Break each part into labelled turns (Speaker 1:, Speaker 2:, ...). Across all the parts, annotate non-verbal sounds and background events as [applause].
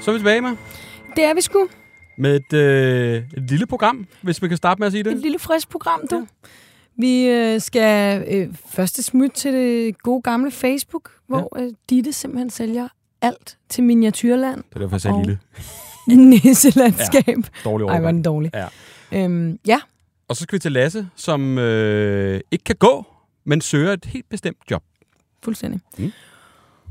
Speaker 1: Så er vi tilbage med,
Speaker 2: Det er vi sgu.
Speaker 1: med et, øh, et lille program, hvis vi kan starte med at sige
Speaker 2: Et
Speaker 1: det.
Speaker 2: lille frisk program, du. Vi øh, skal øh, første smut til det gode gamle Facebook, hvor øh, Ditte simpelthen sælger alt til miniatyrland, [laughs]
Speaker 1: Det er derfor, jeg sagde
Speaker 2: Og-
Speaker 1: lille.
Speaker 2: nisselandskab. Ja.
Speaker 1: Dårlig
Speaker 2: Ej, hvor er
Speaker 1: overgang.
Speaker 2: den dårlig.
Speaker 1: Ja.
Speaker 2: Øhm, ja,
Speaker 1: Og så skal vi til Lasse, som øh, ikke kan gå, men søger et helt bestemt job.
Speaker 2: fuldstændig.
Speaker 1: Mm.
Speaker 2: Mm.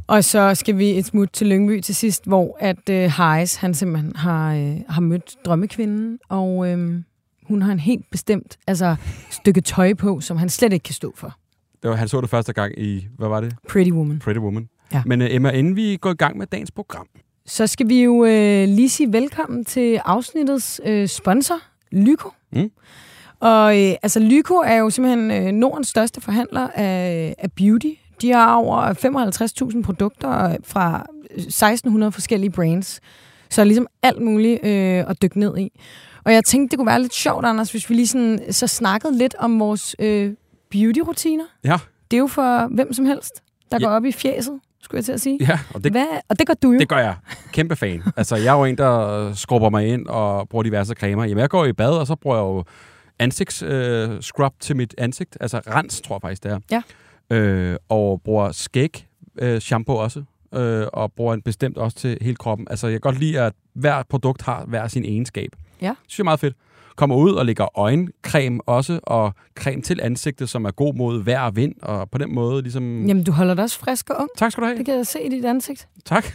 Speaker 2: Og så skal vi et smut til Lyngby til sidst, hvor at øh, Harris, han simpelthen har, øh, har mødt drømmekvinden, og øh, hun har en helt bestemt altså, stykke tøj på, som han slet ikke kan stå for.
Speaker 1: Det var, han så det første gang i, hvad var det?
Speaker 2: Pretty Woman.
Speaker 1: Pretty Woman.
Speaker 2: Ja.
Speaker 1: Men øh, Emma, inden vi går i gang med dagens program,
Speaker 2: Så skal vi jo øh, lige sige velkommen til afsnittets øh, sponsor, Lyko.
Speaker 1: Mm.
Speaker 2: Og øh, altså, Lyko er jo simpelthen øh, Nordens største forhandler af, af beauty. De har over 55.000 produkter øh, fra 1.600 forskellige brands. Så ligesom alt muligt øh, at dykke ned i. Og jeg tænkte, det kunne være lidt sjovt, Anders, hvis vi lige sådan, så snakkede lidt om vores øh, beauty-rutiner.
Speaker 1: Ja.
Speaker 2: Det er jo for hvem som helst, der
Speaker 1: Ja.
Speaker 2: går op i fjeset, skulle jeg til at sige.
Speaker 1: ja, og det,
Speaker 2: Hvad, og det gør du jo.
Speaker 1: det gør jeg. Kæmpe fan. Altså, jeg er jo en, der skrubber mig ind og bruger diverse cremer. Jamen, jeg går i bad, og så bruger jeg jo ansigtsscrub øh, scrub til mit ansigt. Altså, rens, tror jeg faktisk, det er.
Speaker 2: Ja.
Speaker 1: Øh, og bruger skæg øh, shampoo også. Øh, og bruger en bestemt også til hele kroppen. Altså, jeg kan godt lide, at hver produkt har hver sin egenskab.
Speaker 2: Ja.
Speaker 1: Det synes jeg er meget fedt. Kommer ud og lægger øjencreme også, og creme til ansigtet, som er god mod vejr og vind, og på den måde ligesom...
Speaker 2: Jamen, du holder dig også frisk og ung.
Speaker 1: Tak skal du have.
Speaker 2: Det kan jeg se i dit ansigt.
Speaker 1: Tak.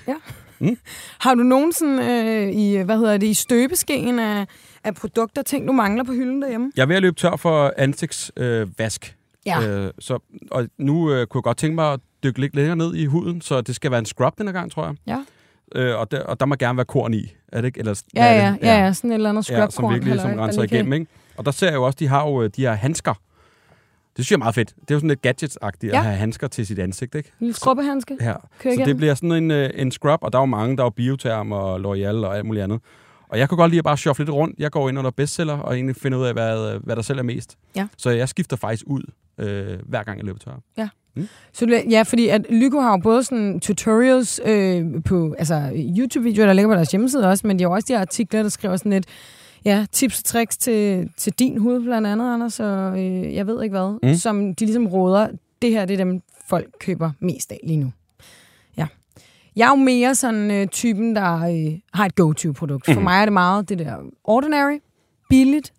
Speaker 2: Har du nogensinde øh, i, hvad hedder det, i støbeskeen af, af produkter, ting du mangler på hylden derhjemme?
Speaker 1: Jeg er ved at løbe tør for ansigtsvask. Øh, vask.
Speaker 2: Ja.
Speaker 1: Øh, så, og nu øh, kunne jeg godt tænke mig at dykke lidt længere ned i huden, så det skal være en scrub den her gang, tror jeg.
Speaker 2: Ja.
Speaker 1: Øh, og, der, og der må gerne være korn i, er det ikke? Ellers,
Speaker 2: Ja,
Speaker 1: hvad er
Speaker 2: ja,
Speaker 1: det?
Speaker 2: ja, ja, sådan et eller andet scrubkorn.
Speaker 1: ja, som virkelig som renser igennem, ikke? Og der ser jeg jo også, de har jo øh, de her handsker. Det synes jeg er meget fedt. Det er jo sådan lidt gadgets-agtigt ja.
Speaker 2: Ja.
Speaker 1: at have handsker til sit ansigt, ikke?
Speaker 2: En lille skrubbehandske.
Speaker 1: Her.
Speaker 2: Kører
Speaker 1: så det
Speaker 2: igennem.
Speaker 1: bliver sådan en, øh, en scrub, og der er jo mange, der er jo Bioterm og L'Oreal og alt muligt andet. Og jeg kan godt lide at bare shoppe lidt rundt. Jeg går ind under bestseller og egentlig finder ud af, hvad, øh, hvad der selv er mest.
Speaker 2: Ja.
Speaker 1: Så jeg skifter faktisk ud, øh, hver gang jeg løber tør.
Speaker 2: Så, du- ja, fordi at Lyko har jo både sådan tutorials øh, på altså, YouTube-videoer, der ligger på deres hjemmeside også, men de har jo også de her artikler, der skriver sådan lidt ja, tips og tricks til, til din hud, blandt andet, Anders, og øh, jeg ved ikke hvad,
Speaker 1: Mm.
Speaker 2: mm. som de ligesom råder, det her det er dem, folk køber mest af lige nu. Ja. Jeg er jo mere sådan øh, typen, der øh, har et go-to-produkt. For mig er det meget det der ordinary, billigt,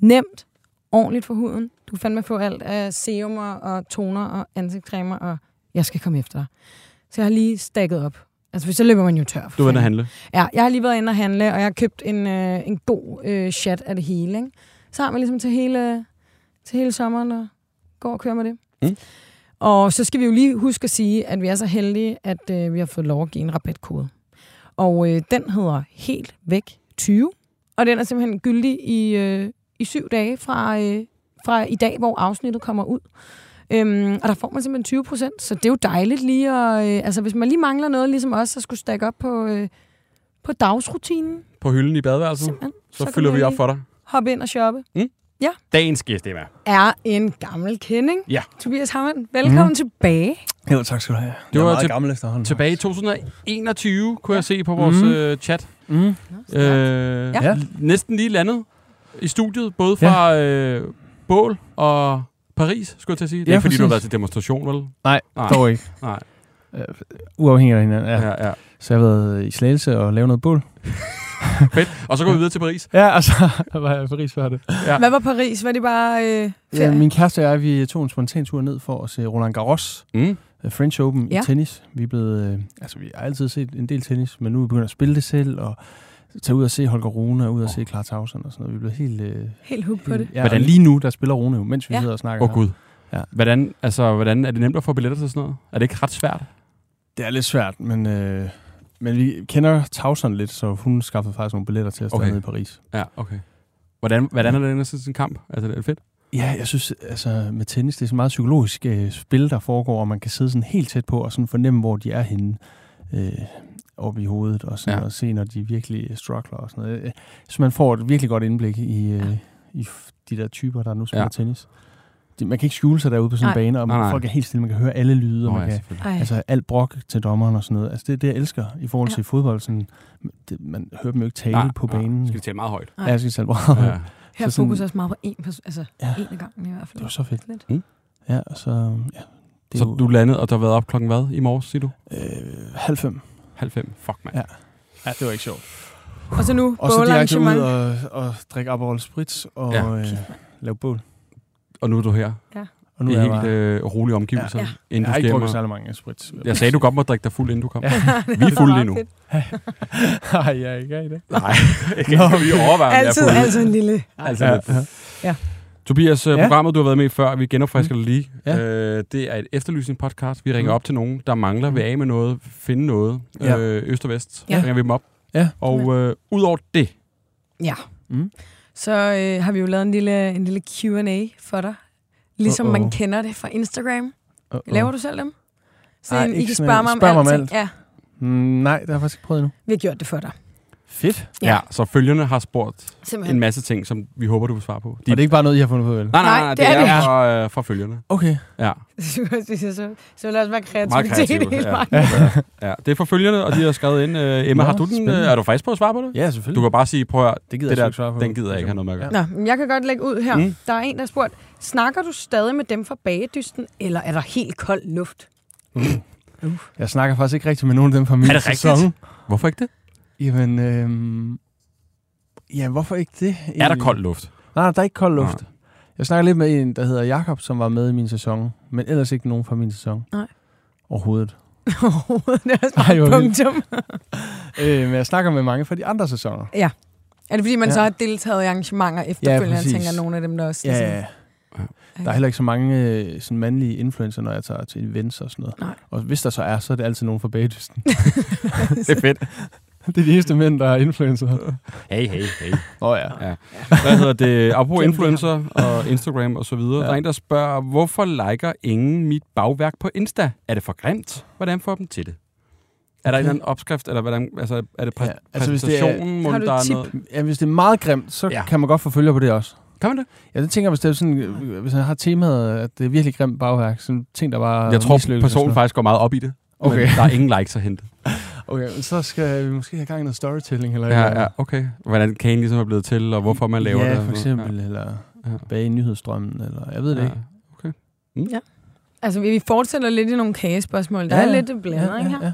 Speaker 2: nemt, ordentligt for huden. Du kan fandme få alt af serumer og toner og ansigtscremer, og jeg skal komme efter dig. Så jeg har lige stakket op. Altså, for så løber man jo tør. for
Speaker 1: Du ved at
Speaker 2: fanden.
Speaker 1: handle.
Speaker 2: Ja, jeg har lige været inde og handle, og jeg har købt en, øh, en god øh, chat af det hele. Ikke? Så har man ligesom til hele, til hele sommeren og går og kører med det.
Speaker 1: Mm.
Speaker 2: Og så skal vi jo lige huske at sige, at vi er så heldige, at øh, vi har fået lov at give en rabatkode. Og øh, den hedder Helt Væk 20, og den er simpelthen gyldig i, øh, i syv dage fra, øh, fra i dag, hvor afsnittet kommer ud. Øhm, og der får man simpelthen 20 procent, så det er jo dejligt lige at... Øh, altså, hvis man lige mangler noget, ligesom os, så skulle stakke op på, øh, på dagsrutinen,
Speaker 1: På hylden i badeværelset,
Speaker 2: simpelthen.
Speaker 1: så, så
Speaker 2: kan
Speaker 1: fylder
Speaker 2: man
Speaker 1: vi op
Speaker 2: lige
Speaker 1: for dig.
Speaker 2: Hoppe ind og shoppe.
Speaker 1: Dagens gæst, Emma.
Speaker 2: Er en gammel kending.
Speaker 1: Ja.
Speaker 2: Tobias Hammann,
Speaker 3: Mhm.
Speaker 2: velkommen mm. tilbage.
Speaker 3: Jo, tak skal du have.
Speaker 1: Det
Speaker 3: Det
Speaker 1: var
Speaker 3: var meget
Speaker 1: til-
Speaker 3: gammel efterhånden.
Speaker 1: Tilbage i 2021, kunne jeg se på vores
Speaker 3: Mhm.
Speaker 1: øh, chat.
Speaker 3: Mm.
Speaker 1: Øh, ja.
Speaker 3: Ja.
Speaker 1: Næsten lige landet i studiet, både fra øh, Bål og Paris, skulle jeg til at sige. Det er
Speaker 3: Ja,
Speaker 1: ikke, fordi du har
Speaker 3: præcis.
Speaker 1: været til demonstration, vel?
Speaker 3: Nej,
Speaker 1: Nej.
Speaker 3: dog ikke.
Speaker 1: Nej.
Speaker 3: Øh, uafhængigt af hinanden. Ja. ja.
Speaker 1: ja.
Speaker 3: Så jeg har været i Slagelse og lavet noget bål.
Speaker 1: Fedt. Og så går vi videre til Paris.
Speaker 3: Ja, og så [laughs] var jeg i Paris før det.
Speaker 1: Ja.
Speaker 2: Hvad var Paris? Var det bare... Øh,
Speaker 3: Ja,
Speaker 2: ferie?
Speaker 3: min kæreste og jeg, vi tog en spontan tur ned for at se Roland Garros,
Speaker 1: Mm.
Speaker 3: øh, French Open
Speaker 2: Ja.
Speaker 3: i tennis. Vi er blevet, øh, altså vi har altid set en del tennis, men nu er vi begyndt at spille det selv, og tage ud og se Holger Rune, og ud og se Clara Tausen og sådan noget. Vi er blevet helt... Øh,
Speaker 2: Helt hooked på det.
Speaker 3: Ja,
Speaker 1: Hvordan-
Speaker 3: Hvordan? lige nu, der spiller Rune jo, mens vi
Speaker 2: Ja.
Speaker 3: ja. sidder og snakker
Speaker 1: Åh oh,
Speaker 3: her.
Speaker 1: gud.
Speaker 3: Ja.
Speaker 1: Hvordan, altså, hvordan er det nemt at få billetter til sådan noget? Er det ikke ret svært?
Speaker 3: Det er lidt svært, men, øh, men vi kender Tausen lidt, så hun skaffede faktisk nogle billetter til at stå
Speaker 1: Okay.
Speaker 3: okay. nede i Paris.
Speaker 1: Ja, okay. Hvordan, hvordan er det ellers til sådan en kamp? Altså, er det fedt?
Speaker 3: Ja, jeg synes, altså med tennis, det er så meget psykologisk øh, spil, der foregår, og man kan sidde sådan helt tæt på og sådan fornemme, hvor de er henne øh, oppe i hovedet, og, sådan,
Speaker 1: Ja.
Speaker 3: ja. og se, når de virkelig struggler og sådan noget. Øh, Så man får et virkelig godt indblik i, øh,
Speaker 2: Ja.
Speaker 3: ja. i f- de der typer, der nu spiller
Speaker 1: Ja.
Speaker 3: ja. tennis. de- man kan ikke skjule sig derude på sådan
Speaker 2: Nej.
Speaker 3: en bane, og
Speaker 1: Nej, nej.
Speaker 3: folk er helt stille, man kan høre alle lyde, og
Speaker 1: Nå,
Speaker 3: man
Speaker 1: ja,
Speaker 3: kan,
Speaker 1: selvfølgelig.
Speaker 2: Ej, altså,
Speaker 3: altså alt brok til dommeren og sådan noget. Altså det er det, jeg elsker i forhold
Speaker 2: Ja.
Speaker 3: til fodbold. Sådan, det, man hører dem jo ikke tale på banen.
Speaker 1: Skal vi tale meget
Speaker 3: [laughs]
Speaker 1: højt?
Speaker 3: Ja, jeg skal tale meget.
Speaker 1: Ja.
Speaker 3: Ja.
Speaker 2: her
Speaker 3: så sådan-
Speaker 2: fokuserer også meget på én person, altså
Speaker 3: Ja.
Speaker 2: én af gangen i hvert fald.
Speaker 3: Det var så fedt.
Speaker 2: Lidt.
Speaker 3: Ja, og så... Ja, det er
Speaker 1: Så
Speaker 3: jo,
Speaker 1: du landede, og du har været op klokken hvad i morges, siger du?
Speaker 3: Øh, halv fem.
Speaker 1: Halv fem. Fuck, mand.
Speaker 3: Ja. Ja, det var ikke sjovt.
Speaker 2: Og så nu
Speaker 3: Og så direkte ud
Speaker 2: bålarrangement. [laughs]
Speaker 3: og, og drikke Aperol Spritz og
Speaker 1: Ja.
Speaker 3: ja. øh, lave bål.
Speaker 1: Og nu er du her. Nu
Speaker 3: Og nu
Speaker 1: I
Speaker 3: er jeg
Speaker 1: helt
Speaker 3: bare,
Speaker 1: øh, rolige omgivelser,
Speaker 2: Ja.
Speaker 1: ja.
Speaker 3: jeg
Speaker 1: inden du
Speaker 3: har
Speaker 1: skal
Speaker 3: ikke
Speaker 1: hjem.
Speaker 3: drukket
Speaker 1: og-
Speaker 3: særlig mange spritz.
Speaker 1: Jeg sagde, du godt måtte drikke dig fuld, inden du kom.
Speaker 3: Ja.
Speaker 1: Vi er fulde lige nu.
Speaker 3: [laughs] Nej, jeg er ikke i det.
Speaker 1: [laughs] Nej, ikke. vi overvejer, om jeg er
Speaker 2: Altid,
Speaker 1: fuld.
Speaker 2: altid en lille...
Speaker 1: Altså,
Speaker 3: Ja,
Speaker 1: lidt.
Speaker 3: ja.
Speaker 1: Tobias, ja.
Speaker 3: Ja. Mm.
Speaker 1: programmet, du har været med i før, vi genopfrisker det lige.
Speaker 3: Ja.
Speaker 1: Øh, det er et efterlysningpodcast. Vi ringer
Speaker 3: Mm.
Speaker 1: op til nogen, der mangler, vil af med noget, finde noget,
Speaker 3: Ja.
Speaker 1: øh, øst og vest.
Speaker 2: Ja.
Speaker 1: Ja. ringer vi dem op.
Speaker 3: Ja.
Speaker 1: Og øh, udover det,
Speaker 2: Ja.
Speaker 3: Mm.
Speaker 2: Så øh, har vi jo lavet en lille, en lille Q&A for dig. Ligesom uh-oh. man
Speaker 3: Uh-oh.
Speaker 2: kender det fra Instagram.
Speaker 3: Og- og-
Speaker 2: Laver du selv dem? Så
Speaker 3: Ej,
Speaker 2: en, I
Speaker 3: ikke
Speaker 2: kan
Speaker 3: sådan
Speaker 2: spørge
Speaker 3: en-
Speaker 2: mig om,
Speaker 3: spørg mig om
Speaker 2: alting. Ja,
Speaker 3: Mm, nej, det har jeg faktisk ikke prøvet endnu.
Speaker 2: vi har gjort det for dig.
Speaker 3: Fedt.
Speaker 2: Ja.
Speaker 1: ja. ja, så følgerne har spurgt
Speaker 2: Simpelthen. [laughs]
Speaker 1: en masse ting, som vi håber, du vil svare på.
Speaker 3: Og det er ikke bare noget, I har fundet på, vel?
Speaker 1: Nej, nej,
Speaker 2: Nej,
Speaker 1: nej,
Speaker 2: det
Speaker 1: det,
Speaker 2: er
Speaker 1: er,
Speaker 2: det.
Speaker 1: Fra, øh, fra følgerne.
Speaker 3: Okay.
Speaker 1: Ja,
Speaker 2: så, så vil der også være
Speaker 1: meget
Speaker 2: kreativitet i
Speaker 1: kreativt.
Speaker 2: hele
Speaker 1: Ja.
Speaker 2: vejen.
Speaker 1: ja, det er fra følgerne, og de har skrevet ind. Øh, Emma,
Speaker 3: Nå,
Speaker 1: har du den? Øh,
Speaker 3: spændende.
Speaker 1: er du frisk på at svare på det?
Speaker 3: [laughs] Ja, selvfølgelig.
Speaker 1: Du kan bare sige, prøv at høre,
Speaker 3: det gider
Speaker 1: det
Speaker 3: jeg
Speaker 1: der,
Speaker 3: ikke svare på.
Speaker 1: den gider jeg ikke have noget med at gøre.
Speaker 2: Nå, men jeg kan godt lægge ud her. Mm.
Speaker 1: Mm.
Speaker 2: Der er en, der har spurgt, snakker du stadig med dem fra bagedysten, eller er der helt kold luft?
Speaker 3: Mm. Jeg snakker faktisk ikke rigtig med nogen af dem fra min
Speaker 1: Er det rigtigt?
Speaker 3: sæson.
Speaker 1: Hvorfor ikke det?
Speaker 3: Jamen, øhm, ja, hvorfor ikke det?
Speaker 1: Er der kold luft?
Speaker 3: Nej, nej, der er ikke kold luft. Nej. Jeg snakker lidt med en, der hedder Jakob, som var med i min sæson, men ellers ikke nogen fra min sæson.
Speaker 2: Nej. [laughs]
Speaker 3: Overhovedet.
Speaker 2: det er også
Speaker 3: Ej,
Speaker 2: bare
Speaker 3: hvor
Speaker 2: et
Speaker 3: vildt.
Speaker 2: punktum.
Speaker 3: Øh, men jeg snakker med mange fra de andre sæsoner.
Speaker 2: Er det fordi, man ja.
Speaker 3: Ja.
Speaker 2: så har deltaget i arrangementer efterfølgende, ja,
Speaker 3: præcis.
Speaker 2: tænker nogle af dem, der også... ligesom-
Speaker 3: Ja,
Speaker 2: sådan-
Speaker 3: ja. Der er heller ikke så mange øh, sådan mandlige influencer, når jeg tager til events og sådan noget.
Speaker 2: Nej.
Speaker 3: Og hvis der så er, så er det altid nogen fra
Speaker 2: [laughs]
Speaker 3: [laughs] bagdysten.
Speaker 1: Det er fedt.
Speaker 3: det er de eneste mænd, der er influencer.
Speaker 2: [laughs]
Speaker 1: Hey, hey, hey.
Speaker 3: Nå ja.
Speaker 1: Hvad hedder det? Apropos
Speaker 2: Glem det
Speaker 1: influencer og Instagram og så videre. Ja.
Speaker 3: Ja.
Speaker 1: Der er en, der spørger, hvorfor liker ingen mit bagværk på Insta? Er det for grimt? Hvordan får jeg dem til det? Er der en
Speaker 3: Okay.
Speaker 1: eller anden opskrift? Eller hvordan, altså, er det præ- ja,
Speaker 3: Ja,
Speaker 1: altså,
Speaker 3: altså, hvis det er-
Speaker 1: præsentationen? mon,
Speaker 2: Har du et
Speaker 1: der er
Speaker 2: tip?
Speaker 1: noget?
Speaker 3: ja. hvis det er meget grimt, så
Speaker 1: Ja.
Speaker 3: ja. kan man godt få følger på det også.
Speaker 1: Kan man det?
Speaker 3: Ja, det tænker jeg, hvis, det er sådan, øh, hvis han har temaet, at det er virkelig grimt bagværk, så ting, der bare
Speaker 1: Jeg tror,
Speaker 3: mislykkes og sådan
Speaker 1: personen
Speaker 3: noget.
Speaker 1: faktisk går meget op i det. Okay.
Speaker 3: Okay.
Speaker 1: Men der [laughs] er ingen likes at hente.
Speaker 3: Okay, men så skal vi måske have gang i noget storytelling. Eller
Speaker 1: Ja, ja, okay. Hvordan kagen ligesom er blevet til, og hvorfor man laver
Speaker 3: ja,
Speaker 1: det.
Speaker 3: Ja, for eksempel, ja. eller
Speaker 1: Ja.
Speaker 3: bag i nyhedsstrømmen, eller jeg ved det ja. ikke.
Speaker 2: Altså, vi vi fortsætter lidt i nogle kagespørgsmål. Der ja,
Speaker 3: Ja,
Speaker 2: er
Speaker 3: ja.
Speaker 2: lidt blanding ja, ja. her.
Speaker 3: ja.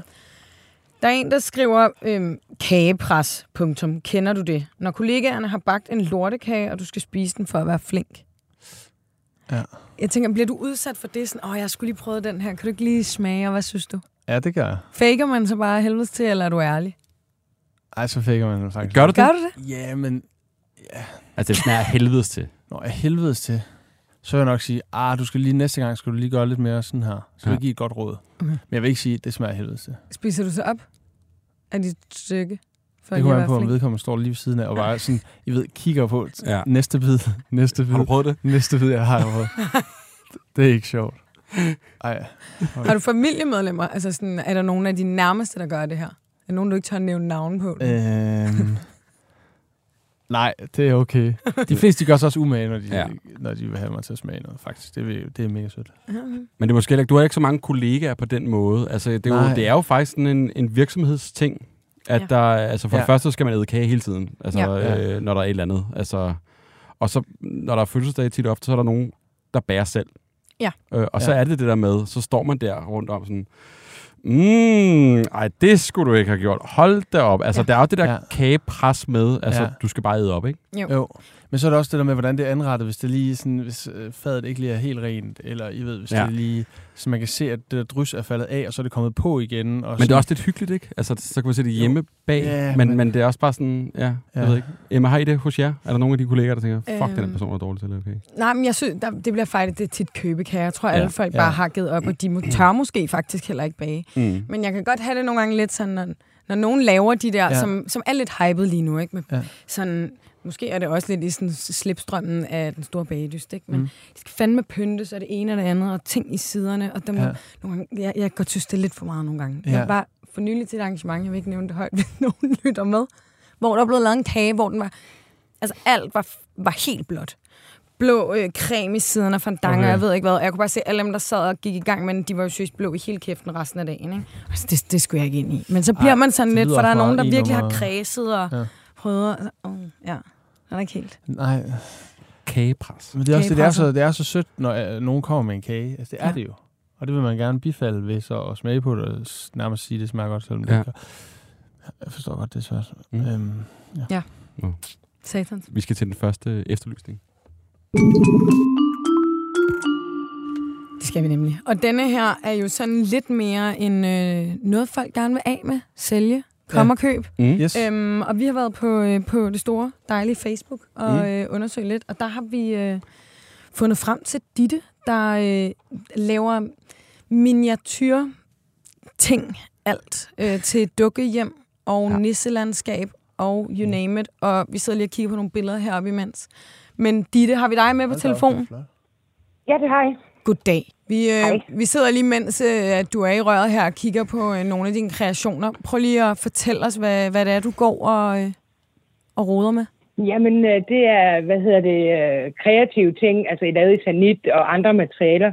Speaker 2: Der er en, der skriver, øhm, kagepres, punktum. Kender du det? Når kollegaerne har bagt en lortekage, og du skal spise den for at være flink.
Speaker 3: Ja.
Speaker 2: Jeg tænker, bliver du udsat for det? Sådan, åh, jeg skulle lige prøve den her. Kan du ikke lige smage, og hvad synes du?
Speaker 3: ja, det gør jeg.
Speaker 2: Faker man så bare helvedes til, eller er du ærlig?
Speaker 3: Ej, så fik man det faktisk.
Speaker 1: Gør du det?
Speaker 2: Gør du det?
Speaker 3: Ja, men
Speaker 1: Altså, det er snart helvedes til.
Speaker 3: når jeg helvedes til, så vil jeg nok sige, ah, du skal lige næste gang, skal du lige gøre lidt mere sådan her. Så vil
Speaker 1: Ja.
Speaker 3: jeg give et godt råd.
Speaker 2: Okay.
Speaker 3: Okay. Men jeg vil ikke sige, at det smager af helvedes til.
Speaker 2: Spiser du så op af dit stykke? For lige
Speaker 3: Det
Speaker 2: at
Speaker 3: kunne
Speaker 2: være
Speaker 3: man på, om
Speaker 2: flink?
Speaker 3: vedkommende står lige ved siden af, og bare sådan, I ved, kigger på, t-
Speaker 1: Ja.
Speaker 3: næste bid, [laughs] næste bid,
Speaker 1: Har du prøvet det?
Speaker 3: næste bid, jeg har prøvet. det er ikke sjovt. Ej,
Speaker 2: Har du familiemedlemmer? Altså sådan, er der nogen af dine nærmeste, der gør det her? Er der nogen, du ikke tør nævne navn på? Øh.
Speaker 3: Øhm, nej, det er okay. De fleste de gør sig også umage, når de,
Speaker 1: Ja.
Speaker 3: ja. når de vil have mig til at smage noget, faktisk. Det, vil, det er mega sødt.
Speaker 1: Men det er måske heller ikke, du har ikke så mange kollegaer på den måde. Altså, det er, jo,
Speaker 3: Nej.
Speaker 1: det er jo faktisk sådan en, en virksomhedsting, at
Speaker 2: Ja.
Speaker 1: ja. der, altså for ja. det
Speaker 3: Ja.
Speaker 1: første skal man æde kage hele tiden, altså,
Speaker 3: Ja.
Speaker 1: ja. øh, når der er et eller andet. Altså, og så, når der er fødselsdag tit ofte, så er der nogen, der bærer selv.
Speaker 2: Ja.
Speaker 1: Øh, og så
Speaker 3: Ja.
Speaker 1: er det det der med, så står man der rundt om sådan, mm, ej, det skulle du ikke have gjort. Hold da op. Altså,
Speaker 2: Ja.
Speaker 1: ja. der er jo det der
Speaker 3: Ja.
Speaker 1: ja. kagepres med, altså,
Speaker 3: Ja.
Speaker 1: ja. du skal bare æde op, ikke?
Speaker 3: Jo. Men så er der også det der med, hvordan det er anrettet, hvis, det lige sådan, hvis øh, fadet ikke lige er helt rent, eller I ved, hvis
Speaker 1: Ja.
Speaker 3: ja. det lige, så man kan se, at det der drys er faldet af, og så er det kommet på igen. Og
Speaker 1: Men det er også lidt hyggeligt, ikke? Altså, så kan man se det hjemme bag,
Speaker 3: Ja,
Speaker 1: men,
Speaker 3: men-
Speaker 1: men det er også bare sådan, ja, ja. jeg
Speaker 3: Ja.
Speaker 1: ved ikke. Emma, har I det hos jer? Er der nogen af de kolleger, der tænker, fuck, øhm. den
Speaker 2: Øhm.
Speaker 1: her person er dårlig til det, okay?
Speaker 2: Nej, men jeg synes, der, det bliver fejlet, det er tit købekager. Jeg tror, ja.
Speaker 1: Ja,
Speaker 2: alle folk
Speaker 3: ja.
Speaker 2: bare har givet op, og [clears throat] de må, tør måske faktisk heller ikke bage.
Speaker 1: Mm.
Speaker 2: Men jeg kan godt have det nogle gange lidt sådan, når, når nogen laver de der, ja.
Speaker 3: Ja.
Speaker 2: som, som er lidt hyped lige nu, ikke? Med ja.
Speaker 3: Ja.
Speaker 2: sådan, måske er det også lidt i sådan slipstrømmen af den store bagedyst, ikke? Men mm.
Speaker 3: Mm.
Speaker 2: de skal fandme pyntes, og det ene og det andet, og ting i siderne, og dem, ja.
Speaker 3: Ja.
Speaker 2: nogle gange, jeg, jeg kan godt synes, det er lidt for meget nogle gange. Ja.
Speaker 3: Ja.
Speaker 2: Jeg var for nylig til et arrangement, jeg vil ikke nævne det højt, [laughs] hvis nogen lytter med, hvor der blev lavet en kage, hvor den var, altså alt var, var helt blåt. blå øh, creme i siden af fondant, okay.
Speaker 3: Okay.
Speaker 2: og jeg ved ikke hvad. Og Jeg kunne bare se alle dem, der sad og gik i gang, men de var jo seriøst blå i hele kæften resten af dagen. Ikke? Altså, det, det skulle jeg ikke ind i. Men så bliver Ej,
Speaker 3: Ej,
Speaker 2: man sådan
Speaker 3: det
Speaker 2: lidt, for
Speaker 3: lyder
Speaker 2: der er
Speaker 3: fra
Speaker 2: nogen, der
Speaker 3: en
Speaker 2: virkelig har
Speaker 3: nummer-
Speaker 2: kredset og ja.
Speaker 3: Ja.
Speaker 2: prøvet. at- altså, Åh, ja, den er ikke helt.
Speaker 3: Nej,
Speaker 1: Kagepres.
Speaker 3: men det er, også, det, det, er
Speaker 2: Kagepresser.
Speaker 3: så, det er så sødt, når øh, nogen kommer med en kage. Altså, det er
Speaker 2: Ja.
Speaker 3: ja. det jo. Og det vil man gerne bifalde ved så at smage på det, og s- nærmest sige, det smager godt, selvom det
Speaker 1: Ja.
Speaker 3: ikke gør. Jeg forstår godt, det er svært.
Speaker 1: Mm.
Speaker 3: Mm. Øhm,
Speaker 2: Satans.
Speaker 1: Vi skal til den første efterlysning.
Speaker 2: Det skal vi nemlig. Og denne her er jo sådan lidt mere en øh, noget, folk gerne vil af med. Sælge. Kom
Speaker 3: Ja.
Speaker 2: og køb.
Speaker 1: Mm.
Speaker 3: yes. Øhm,
Speaker 2: Øhm, og vi har været på, øh, på det store, dejlige Facebook og
Speaker 3: Mm.
Speaker 2: øh, undersøgt lidt, og der har vi øh, fundet frem til Ditte, der øh, laver miniatyr ting alt øh, til dukkehjem og
Speaker 1: Ja.
Speaker 2: ja. nisselandskab og
Speaker 3: Mm.
Speaker 2: you name it. Og vi sidder lige og kigger på nogle billeder heroppe imens. Men Ditte, har vi dig med på telefonen?
Speaker 4: Ja, det har jeg.
Speaker 2: Goddag. Vi, øh,
Speaker 4: Hej.
Speaker 2: vi sidder lige, mens øh, at du er i røret her og kigger på øh, nogle af dine kreationer. Prøv lige at fortælle os, hvad, hvad det er, du går og, øh, og roder med.
Speaker 4: Jamen, øh, det er, hvad hedder det, øh, kreative ting, altså lavet i sanit og andre materialer.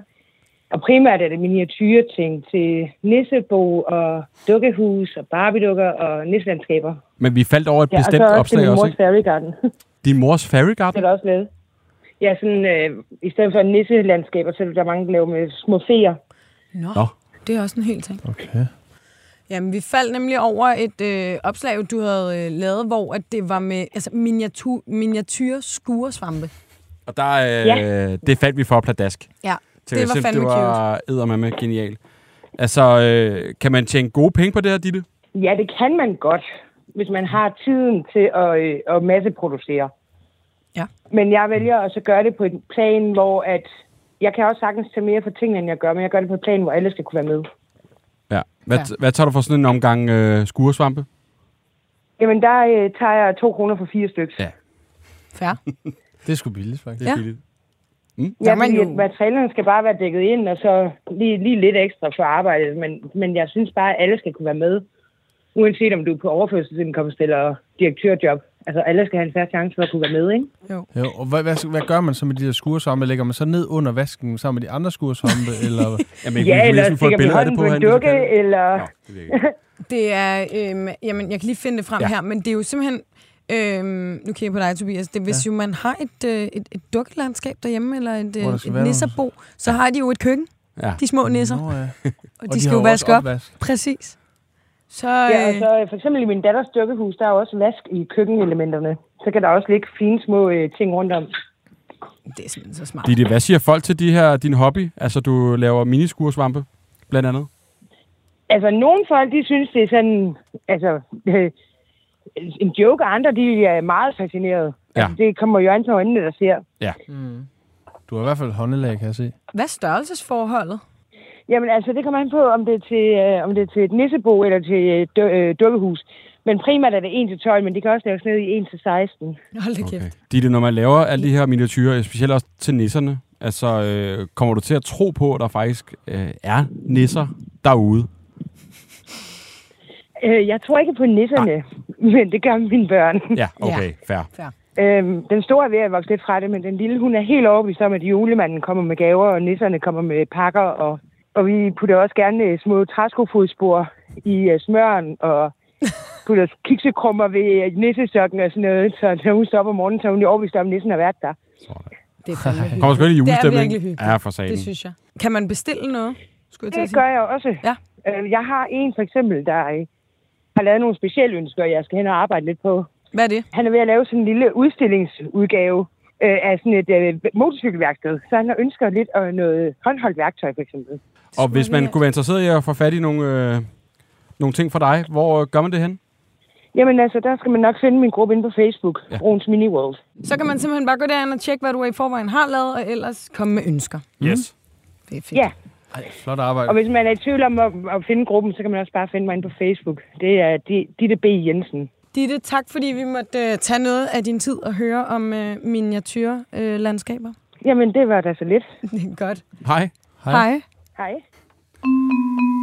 Speaker 4: Og primært er det miniatyre ting til nissebo og dukkehus og barbidukker og nisselandskaber.
Speaker 1: Men vi faldt over et ja,
Speaker 4: og så
Speaker 1: bestemt
Speaker 4: også
Speaker 1: opslag
Speaker 4: til min
Speaker 1: også,
Speaker 4: mors
Speaker 1: ikke?
Speaker 4: fairy [laughs] garden. det
Speaker 1: Din mors fairy
Speaker 4: er
Speaker 1: garden?
Speaker 4: der også lavet. Ja, sådan, øh, i stedet for nisselandskaber, så er der mange, der laver med små feer.
Speaker 2: Nå,
Speaker 1: Nå.
Speaker 2: det er også en hel ting.
Speaker 3: Okay.
Speaker 2: Jamen, vi faldt nemlig over et øh, opslag, du havde øh, lavet, hvor at det var med altså, miniatur, miniatyr skuresvampe.
Speaker 1: Og der, øh, ja. det fandt vi for pladask.
Speaker 2: Ja,
Speaker 1: Til jeg
Speaker 2: det var
Speaker 1: synes,
Speaker 2: fandme
Speaker 1: det var eddermame genial. Altså, øh, kan man tjene gode penge på det her, Ditte?
Speaker 4: Ja, det kan man godt, hvis man har tiden til at, øh, at masseproducere.
Speaker 2: Ja.
Speaker 4: Men jeg vælger også at gøre det på en plan, hvor at... Jeg kan også sagtens tage mere for tingene, end jeg gør, men jeg gør det på en plan, hvor alle skal kunne være med.
Speaker 1: Ja. Hvad,
Speaker 2: Ja.
Speaker 1: ja. hvad tager du for sådan en omgang øh, skuresvampe?
Speaker 4: Jamen, der øh, tager jeg to kroner for fire stykker.
Speaker 1: Ja.
Speaker 2: Færre.
Speaker 3: Det er sgu billigt, faktisk.
Speaker 2: Ja.
Speaker 1: Billigt.
Speaker 4: Ja,
Speaker 2: Jamen,
Speaker 4: fordi
Speaker 2: jo.
Speaker 4: at materialerne skal bare være dækket ind, og så lige, lige lidt ekstra for arbejdet. Men, men jeg synes bare, at alle skal kunne være med, uanset om du er på overførselsindkomst eller direktørjob. Altså, alle skal have en færre chance for at kunne være med, ikke?
Speaker 3: Jo, og hvad, hvad, hvad, gør man så med de der skuresvampe? Lægger man så ned under vasken sammen med de andre skuresvampe?
Speaker 2: [laughs]
Speaker 3: eller?
Speaker 1: Jamen,
Speaker 4: Ja, eller
Speaker 1: få et
Speaker 4: stikker vi
Speaker 1: billede af
Speaker 4: hånden
Speaker 1: det
Speaker 4: på
Speaker 1: på herinde,
Speaker 4: en
Speaker 1: hvis vi
Speaker 4: dukke,
Speaker 1: kan.
Speaker 4: eller...
Speaker 1: Nå, det ved jeg ikke.
Speaker 2: Det er, øhm, jamen, jeg kan lige finde det frem ja.
Speaker 1: Ja.
Speaker 2: her, men det er jo simpelthen, øhm, nu kigger jeg på dig, Tobias, det, er, hvis ja. jo man har et, øh, et, et dukkelandskab derhjemme, eller et, øh,
Speaker 3: Hvor der
Speaker 2: et
Speaker 3: skal være nogle-
Speaker 2: nisserbo, så har de jo et køkken,
Speaker 1: Ja.
Speaker 2: de små nisser,
Speaker 3: Nå, ja.
Speaker 2: og de, de skal jo vaske op. Præcis. Så,
Speaker 4: Ja, og
Speaker 2: øh,
Speaker 4: så øh, for eksempel i min datters dukkehus, der er også vask i køkkenelementerne. Så kan der også ligge fine små øh, ting rundt om.
Speaker 2: det er simpelthen så smart.
Speaker 1: Ditte, hvad siger folk til de her, din hobby? Altså, du laver miniskuresvampe, blandt andet.
Speaker 4: Altså, nogle folk, de synes, det er sådan, altså, øh, en joke, og andre, de er meget fascineret.
Speaker 1: Ja.
Speaker 4: Altså, det kommer jo an på øjnene, der ser.
Speaker 3: Du har i hvert fald håndelag, kan jeg se.
Speaker 2: Hvad er størrelsesforholdet?
Speaker 4: Jamen, altså, det kommer an på, om det er til, øh, om det er til et nissebo eller til et øh, dø- øh, dukkehus. Men primært er det 1-12, men det kan også laves ned i 1-16.
Speaker 2: Hold da kæft.
Speaker 1: Ditte, når man laver alle de her miniatyrer, specielt også til nisserne, altså, øh, kommer du til at tro på, at der faktisk øh, er nisser derude?
Speaker 4: Øh, jeg tror ikke på nisserne, men det gør mine børn.
Speaker 1: Ja, okay, ja. fair.
Speaker 4: Øhm, den store er ved at vokse lidt fra det, men den lille, hun er helt overbevist om, at julemanden kommer med gaver, og nisserne kommer med pakker, og, og vi putter også gerne øh, små træskofodspor i uh, smøren, og putter kiksekrummer ved øh, nissesokken og sådan noget, så når hun står op om morgenen, så er hun jo overbevist om, at nissen har været der.
Speaker 1: Sådan.
Speaker 2: Det er fandme hyggeligt.
Speaker 1: Kommer sgu ind i
Speaker 2: Det er
Speaker 1: julestemning.
Speaker 2: virkelig hyggeligt.
Speaker 1: Ja, for sagen.
Speaker 2: Det synes jeg. Kan man bestille noget? Skulle jeg til at
Speaker 4: Det
Speaker 2: sige.
Speaker 4: gør jeg også.
Speaker 2: Ja.
Speaker 4: Øh, jeg har en for eksempel, der øh, har lavet nogle specielle ønsker, jeg skal hen og arbejde lidt på.
Speaker 2: Hvad er det?
Speaker 4: Han er ved at lave sådan en lille udstillingsudgave øh, af sådan et øh, motorcykelværksted. Så han har ønsker lidt af noget håndholdt værktøj, for eksempel.
Speaker 1: Og hvis man kunne være interesseret i at få fat i nogle, øh, nogle ting fra dig, hvor øh, gør man det hen?
Speaker 4: Jamen altså, der skal man nok finde min gruppe inde på Facebook, ja. Bruns Mini World.
Speaker 2: Så kan man simpelthen bare gå derind og tjekke, hvad du i forvejen har lavet, og ellers komme med ønsker.
Speaker 1: Yes.
Speaker 2: Det er fedt.
Speaker 4: Ja,
Speaker 3: Ej, flot arbejde.
Speaker 4: og hvis man er i tvivl om at, at finde gruppen, så kan man også bare finde mig inde på Facebook. Det er Di- Ditte B. Jensen.
Speaker 2: Ditte, tak fordi vi måtte øh, tage noget af din tid og høre om øh, miniatyrlandskaber. Øh, landskaber.
Speaker 4: Jamen, det var da så lidt.
Speaker 2: [laughs] det er godt.
Speaker 1: Hej.
Speaker 3: Hej.
Speaker 2: Hej.
Speaker 4: Hej.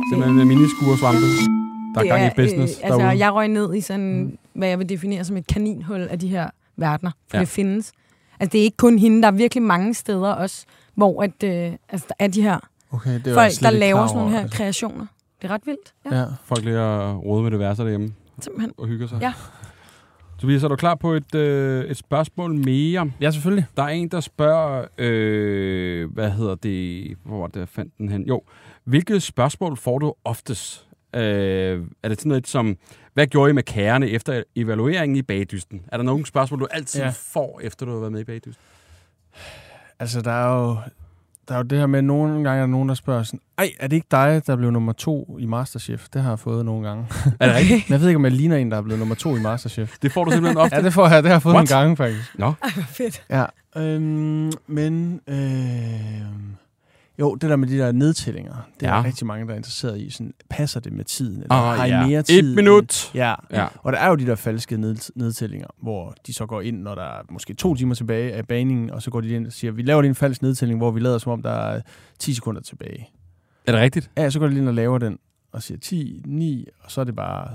Speaker 1: Simpelthen miniskuresvampe. Der er
Speaker 2: Det
Speaker 1: gang i business
Speaker 2: øh, altså,
Speaker 1: derude.
Speaker 2: jeg røg ned i sådan, mm. hvad jeg vil definere som et kaninhul af de her verdener. For ja.
Speaker 1: Ja.
Speaker 2: det findes. Altså, det er ikke kun hende. Der er virkelig mange steder også, hvor at, øh, altså, der er de her
Speaker 3: Okay, det var jeg
Speaker 2: folk,
Speaker 3: slet
Speaker 2: der
Speaker 3: ikke
Speaker 2: laver
Speaker 3: klar
Speaker 2: sådan
Speaker 3: over,
Speaker 2: nogle her
Speaker 3: altså.
Speaker 2: kreationer. Det er ret vildt. Ja,
Speaker 3: Ja.
Speaker 1: Folk lige at rode med det værste derhjemme
Speaker 2: simpelthen.
Speaker 1: og hygger sig.
Speaker 2: Ja.
Speaker 1: Tobias, er du klar på et, øh, et spørgsmål mere?
Speaker 3: ja, selvfølgelig.
Speaker 1: Der er en, der spørger, øh, hvad hedder det, hvor var det, jeg fandt den hen? Jo, hvilke spørgsmål får du oftest? Øh, er det sådan noget som, hvad gjorde I med kærene efter evalueringen i bagdysten? Er der nogle spørgsmål, du altid
Speaker 3: Ja.
Speaker 1: ja. får, efter du har været med i bagdysten?
Speaker 3: Altså, der er jo, der er jo det her med, at nogle gange er der nogen, der spørger sådan, ej, er det ikke dig, der blev nummer to i Masterchef? Det har jeg fået nogle [laughs] gange.
Speaker 1: Er det rigtigt?
Speaker 3: Men jeg ved ikke, om jeg ligner en, der er blevet nummer to i Masterchef.
Speaker 1: Det får du simpelthen ofte.
Speaker 3: Ja, det får jeg, det har jeg fået
Speaker 1: What?
Speaker 3: nogle gange, faktisk.
Speaker 2: [laughs] Ej, hvor fedt.
Speaker 3: Ja. Øhm, men, øhm, jo, det der med de der nedtællinger, det ja.
Speaker 1: Ja.
Speaker 3: er rigtig mange, der er interesseret i. Sådan, passer det med tiden? Eller
Speaker 1: Ah,
Speaker 3: har I
Speaker 1: ja.
Speaker 3: mere
Speaker 1: Et
Speaker 3: tid? end-
Speaker 1: minut.
Speaker 3: Ja.
Speaker 1: Ja.
Speaker 3: Og der er jo de der falske ned- nedtællinger, hvor de så går ind, når der er måske to timer tilbage af baningen, og så går de ind og siger, vi laver lige en falsk nedtælling, hvor vi lader som om, der er 10 sekunder tilbage.
Speaker 1: Er det rigtigt?
Speaker 3: Ja, så går de lige ind og laver den, og siger 10, 9, og så er det bare...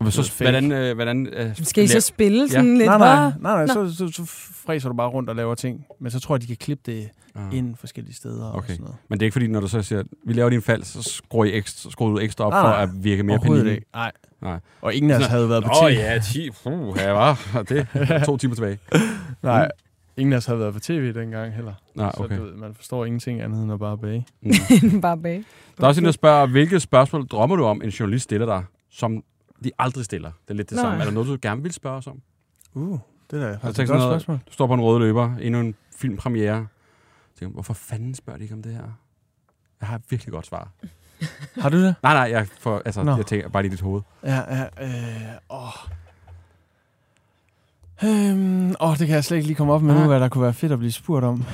Speaker 1: Men så,
Speaker 3: Det er fake.
Speaker 1: hvordan, øh, hvordan, øh,
Speaker 2: Skal I så spille sådan lidt?
Speaker 3: Nej, nej,
Speaker 2: hva'?
Speaker 3: nej, nej så, så, så fræser du bare rundt og laver ting. Men så tror jeg, de kan klippe det
Speaker 1: Ah.
Speaker 3: ind forskellige steder og
Speaker 1: Okay.
Speaker 3: sådan noget.
Speaker 1: Men det er ikke fordi, når du så siger, vi laver din fald, så skruer, I ekstra, skruer du ekstra op
Speaker 3: Nej,
Speaker 1: for
Speaker 3: nej.
Speaker 1: at virke mere
Speaker 3: Overhovedet
Speaker 1: penibel.
Speaker 3: ikke. Nej.
Speaker 1: Nej.
Speaker 3: Og ingen af os
Speaker 1: Sådan-
Speaker 3: havde været på
Speaker 1: Åh
Speaker 3: tv.
Speaker 1: ja, 10. Puh, ja, var. Det er to timer tilbage.
Speaker 3: Nej, ingen af os havde været på tv dengang heller.
Speaker 1: Nej,
Speaker 3: Så
Speaker 1: Ah, okay. Mm.
Speaker 3: du ved, man forstår ingenting andet end at bare
Speaker 2: [laughs]
Speaker 3: bage.
Speaker 2: Bare bag.
Speaker 1: Der er også en, der spørger, hvilke spørgsmål drømmer du om, en journalist stiller dig, som de aldrig stiller? Det er lidt det
Speaker 2: Nej.
Speaker 1: samme. Er der noget, du gerne vil spørge os om?
Speaker 3: Uh, det er da
Speaker 1: Jeg
Speaker 3: faktisk
Speaker 1: tænker
Speaker 3: et
Speaker 1: sådan
Speaker 3: godt
Speaker 1: noget-
Speaker 3: spørgsmål.
Speaker 1: Du står på en rød løber, endnu en filmpremiere. Jeg tænker, hvorfor fanden spørger de ikke om det her? Jeg har et virkelig godt svar.
Speaker 3: Har du det?
Speaker 1: Nej, nej, jeg, får, altså,
Speaker 3: Nå.
Speaker 1: jeg tænker bare lige i dit hoved.
Speaker 3: Ja, ja. Øh, åh. Øhm, åh, det kan jeg slet ikke lige komme op med nu,
Speaker 1: Nej.
Speaker 3: hvad der kunne være fedt at blive spurgt om.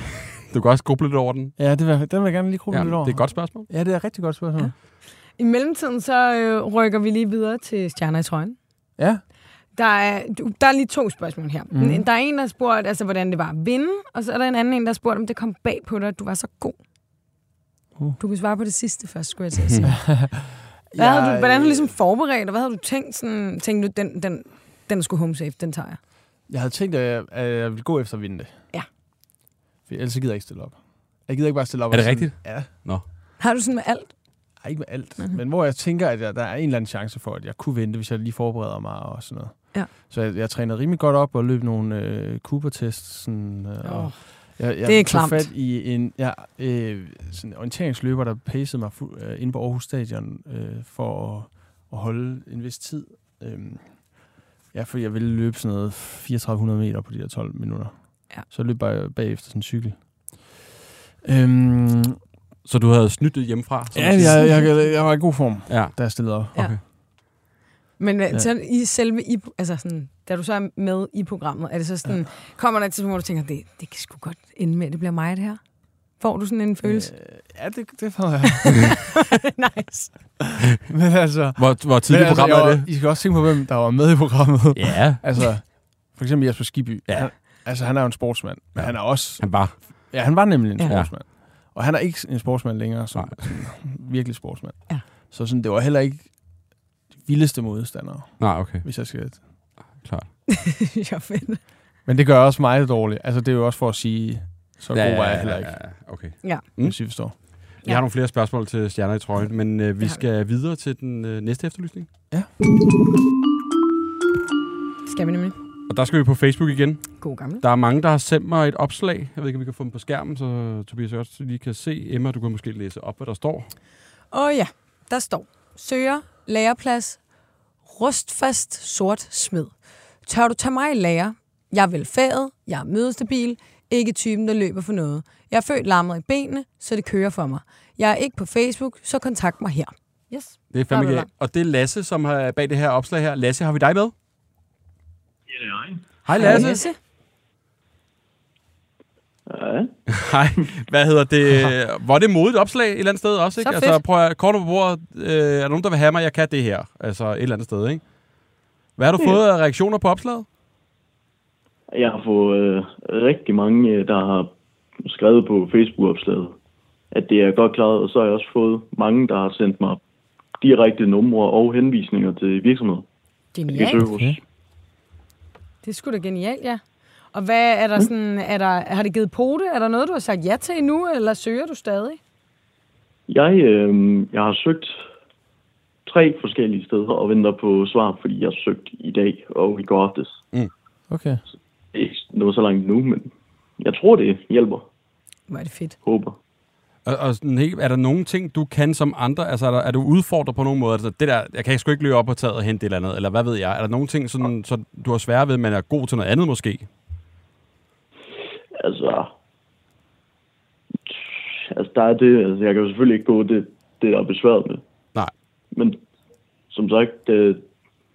Speaker 1: Du kan også gruble lidt over den.
Speaker 3: Ja, det vil, jeg- den vil jeg gerne lige krumme
Speaker 1: Ja,
Speaker 3: lidt over.
Speaker 1: det er et godt spørgsmål.
Speaker 3: Ja, det er et rigtig godt spørgsmål.
Speaker 2: Ja. I mellemtiden så øh, rykker vi lige videre til stjerner i trøjen.
Speaker 3: Ja.
Speaker 2: Der er, du- der er lige to spørgsmål her. Mm. Der er en, der spurgte, altså, hvordan det var at vinde, og så er der en anden en, der spurgte, om det kom bag på dig, at du var så god.
Speaker 3: Uh.
Speaker 2: Uh. Du kan svare på det sidste først, skulle jeg til
Speaker 1: [laughs]
Speaker 2: at sige. Hvad havde du,
Speaker 3: øh,
Speaker 2: hvordan har du ligesom forberedt, og hvad havde du tænkt? Sådan, tænkte du, den, den, den skulle home safe, den tager jeg.
Speaker 3: Jeg havde tænkt, at jeg, at jeg ville gå efter at vinde det.
Speaker 2: Ja.
Speaker 3: For ellers så gider jeg ikke stille op. Jeg gider ikke bare stille op.
Speaker 1: Er
Speaker 3: og
Speaker 1: det
Speaker 3: sådan-
Speaker 1: rigtigt?
Speaker 3: Ja.
Speaker 2: Har du sådan med alt? Mhm.
Speaker 3: Ej, ikke med alt. Mm-hmm. Men hvor jeg tænker, at jeg, der er en eller anden chance for, at jeg kunne vente, hvis jeg lige forbereder mig og sådan noget.
Speaker 2: Ja.
Speaker 3: Så jeg, jeg trænede rimelig godt op og løb nogle øh, Cooper-tests. Sådan, øh,
Speaker 2: Åh,
Speaker 3: og jeg, jeg
Speaker 2: det er
Speaker 3: tog
Speaker 2: klamt.
Speaker 3: fat i en ja, øh, sådan en orienteringsløber, der pacede mig fu- øh, inde på Aarhus Stadion øh, for at, at holde en vis tid. Øh, ja, for jeg ville løbe sådan noget 3400 meter på de der 12 minutter.
Speaker 2: Ja.
Speaker 3: Så løb jeg bagefter sådan en cykel. Øhm,
Speaker 1: Så du havde snydt det hjemmefra? som
Speaker 3: ja,
Speaker 1: man siger.
Speaker 3: jeg, jeg, jeg var i god form,
Speaker 1: ja.
Speaker 3: da jeg stillede op.
Speaker 2: Ja.
Speaker 1: Okay.
Speaker 2: Men
Speaker 3: Ja.
Speaker 2: ja. så i selve, i, altså sådan, da du så er med i programmet, er det så sådan, ja. kommer der et tidspunkt, hvor du tænker, det, det kan sgu godt ende med, at det bliver mig det her? Får du sådan en følelse? [laughs]
Speaker 3: Øh, ja, det, det får jeg. [laughs]
Speaker 2: nice. [laughs]
Speaker 3: Men altså...
Speaker 1: Hvor, hvor tidligt
Speaker 3: men
Speaker 1: i programmet
Speaker 3: altså,
Speaker 1: er
Speaker 3: jeg
Speaker 1: det?
Speaker 3: var- I skal også tænke på, hvem der var med i programmet.
Speaker 1: [laughs] Ja,
Speaker 3: Altså, for eksempel Jesper Skiby.
Speaker 1: Ja.
Speaker 3: Han, altså, han er jo en sportsmand. Men
Speaker 1: Ja.
Speaker 3: han er også...
Speaker 1: han var.
Speaker 3: Ja, han var nemlig en
Speaker 2: Ja.
Speaker 3: sportsmand. Og han er ikke en sportsmand længere, som
Speaker 1: Nej.
Speaker 3: sådan, virkelig sportsmand.
Speaker 2: Ja.
Speaker 3: Så sådan, det var heller ikke de vildeste modstandere,
Speaker 1: Nej, okay,
Speaker 3: hvis jeg skal...
Speaker 1: klart.
Speaker 2: jeg fedt.
Speaker 3: Men det gør også mig dårligt. Altså, det er jo også for at sige, så god var jeg heller ikke,
Speaker 1: ja, ja, okay. Mm.
Speaker 3: hvis I forstår.
Speaker 1: Jeg har nogle flere spørgsmål til Stjerner i trøjen, men øh, vi
Speaker 2: Det har vi.
Speaker 1: skal videre til den øh, næste efterlysning.
Speaker 2: Det skal vi nemlig.
Speaker 1: Og der skal vi på Facebook igen.
Speaker 2: God gammel.
Speaker 1: Der er mange, der har sendt mig et opslag. Jeg ved ikke, om vi kan få dem på skærmen, så Tobias jeg også lige kan se. Emma, du kan måske læse op, hvad der står.
Speaker 2: Og ja, der står, søger læreplads, rustfast sort smed. Tør du tage mig i lærer? Jeg vil faget, jeg er mødestabil, ikke typen, der løber for noget. Jeg er født lammet i benene, så det kører for mig. Jeg er ikke på Facebook, så kontakt mig her. Yes.
Speaker 1: Det er fandme
Speaker 2: Der er du
Speaker 1: galt. Og det er Lasse, som er bag det her opslag her. Lasse, har vi dig med?
Speaker 5: Ja, det er jeg.
Speaker 1: Hej Lasse.
Speaker 5: Ja.
Speaker 1: Hej. Hvad hedder [laughs] det? Var det modigt opslag et eller andet sted også? Ikke?
Speaker 2: Så
Speaker 1: Altså,
Speaker 2: fedt.
Speaker 1: prøv at kort over på bordet. Øh, er der nogen, der vil have mig? Jeg kan det her. Altså et eller andet sted, ikke? Hvad har du fået af reaktioner på opslaget?
Speaker 5: Jeg har fået øh, rigtig mange, øh, der har skrevet på Facebook-opslaget, at det er godt klaret, og så har jeg også fået mange, der har sendt mig direkte numre og henvisninger til virksomheder.
Speaker 2: Genialt.
Speaker 5: Okay.
Speaker 2: Det er sgu da genialt, ja. Og hvad er
Speaker 1: Mm.
Speaker 2: der sådan, er der, har det givet pote? Er der noget, du har sagt ja til endnu, eller søger du stadig?
Speaker 5: Jeg, øh, jeg har søgt tre forskellige steder og venter på svar, fordi jeg har søgt i dag og i går aftes.
Speaker 3: Okay.
Speaker 5: Det er ikke nået så langt nu, men jeg tror, det hjælper.
Speaker 2: Hvor er det fedt.
Speaker 5: Håber.
Speaker 1: Og, og sådan helt, er der nogle ting, du kan som andre? Altså, er, der, er du udfordret på nogen måde? Altså, det der, jeg kan sgu ikke løbe op på taget og hente et eller andet, eller hvad ved jeg? Er der nogle ting, sådan, så du har svære ved, men er god til noget andet måske?
Speaker 5: Altså, altså der er det, altså, jeg kan jo selvfølgelig ikke gå det, det der er besværet med.
Speaker 1: Nej.
Speaker 5: Men som sagt, det,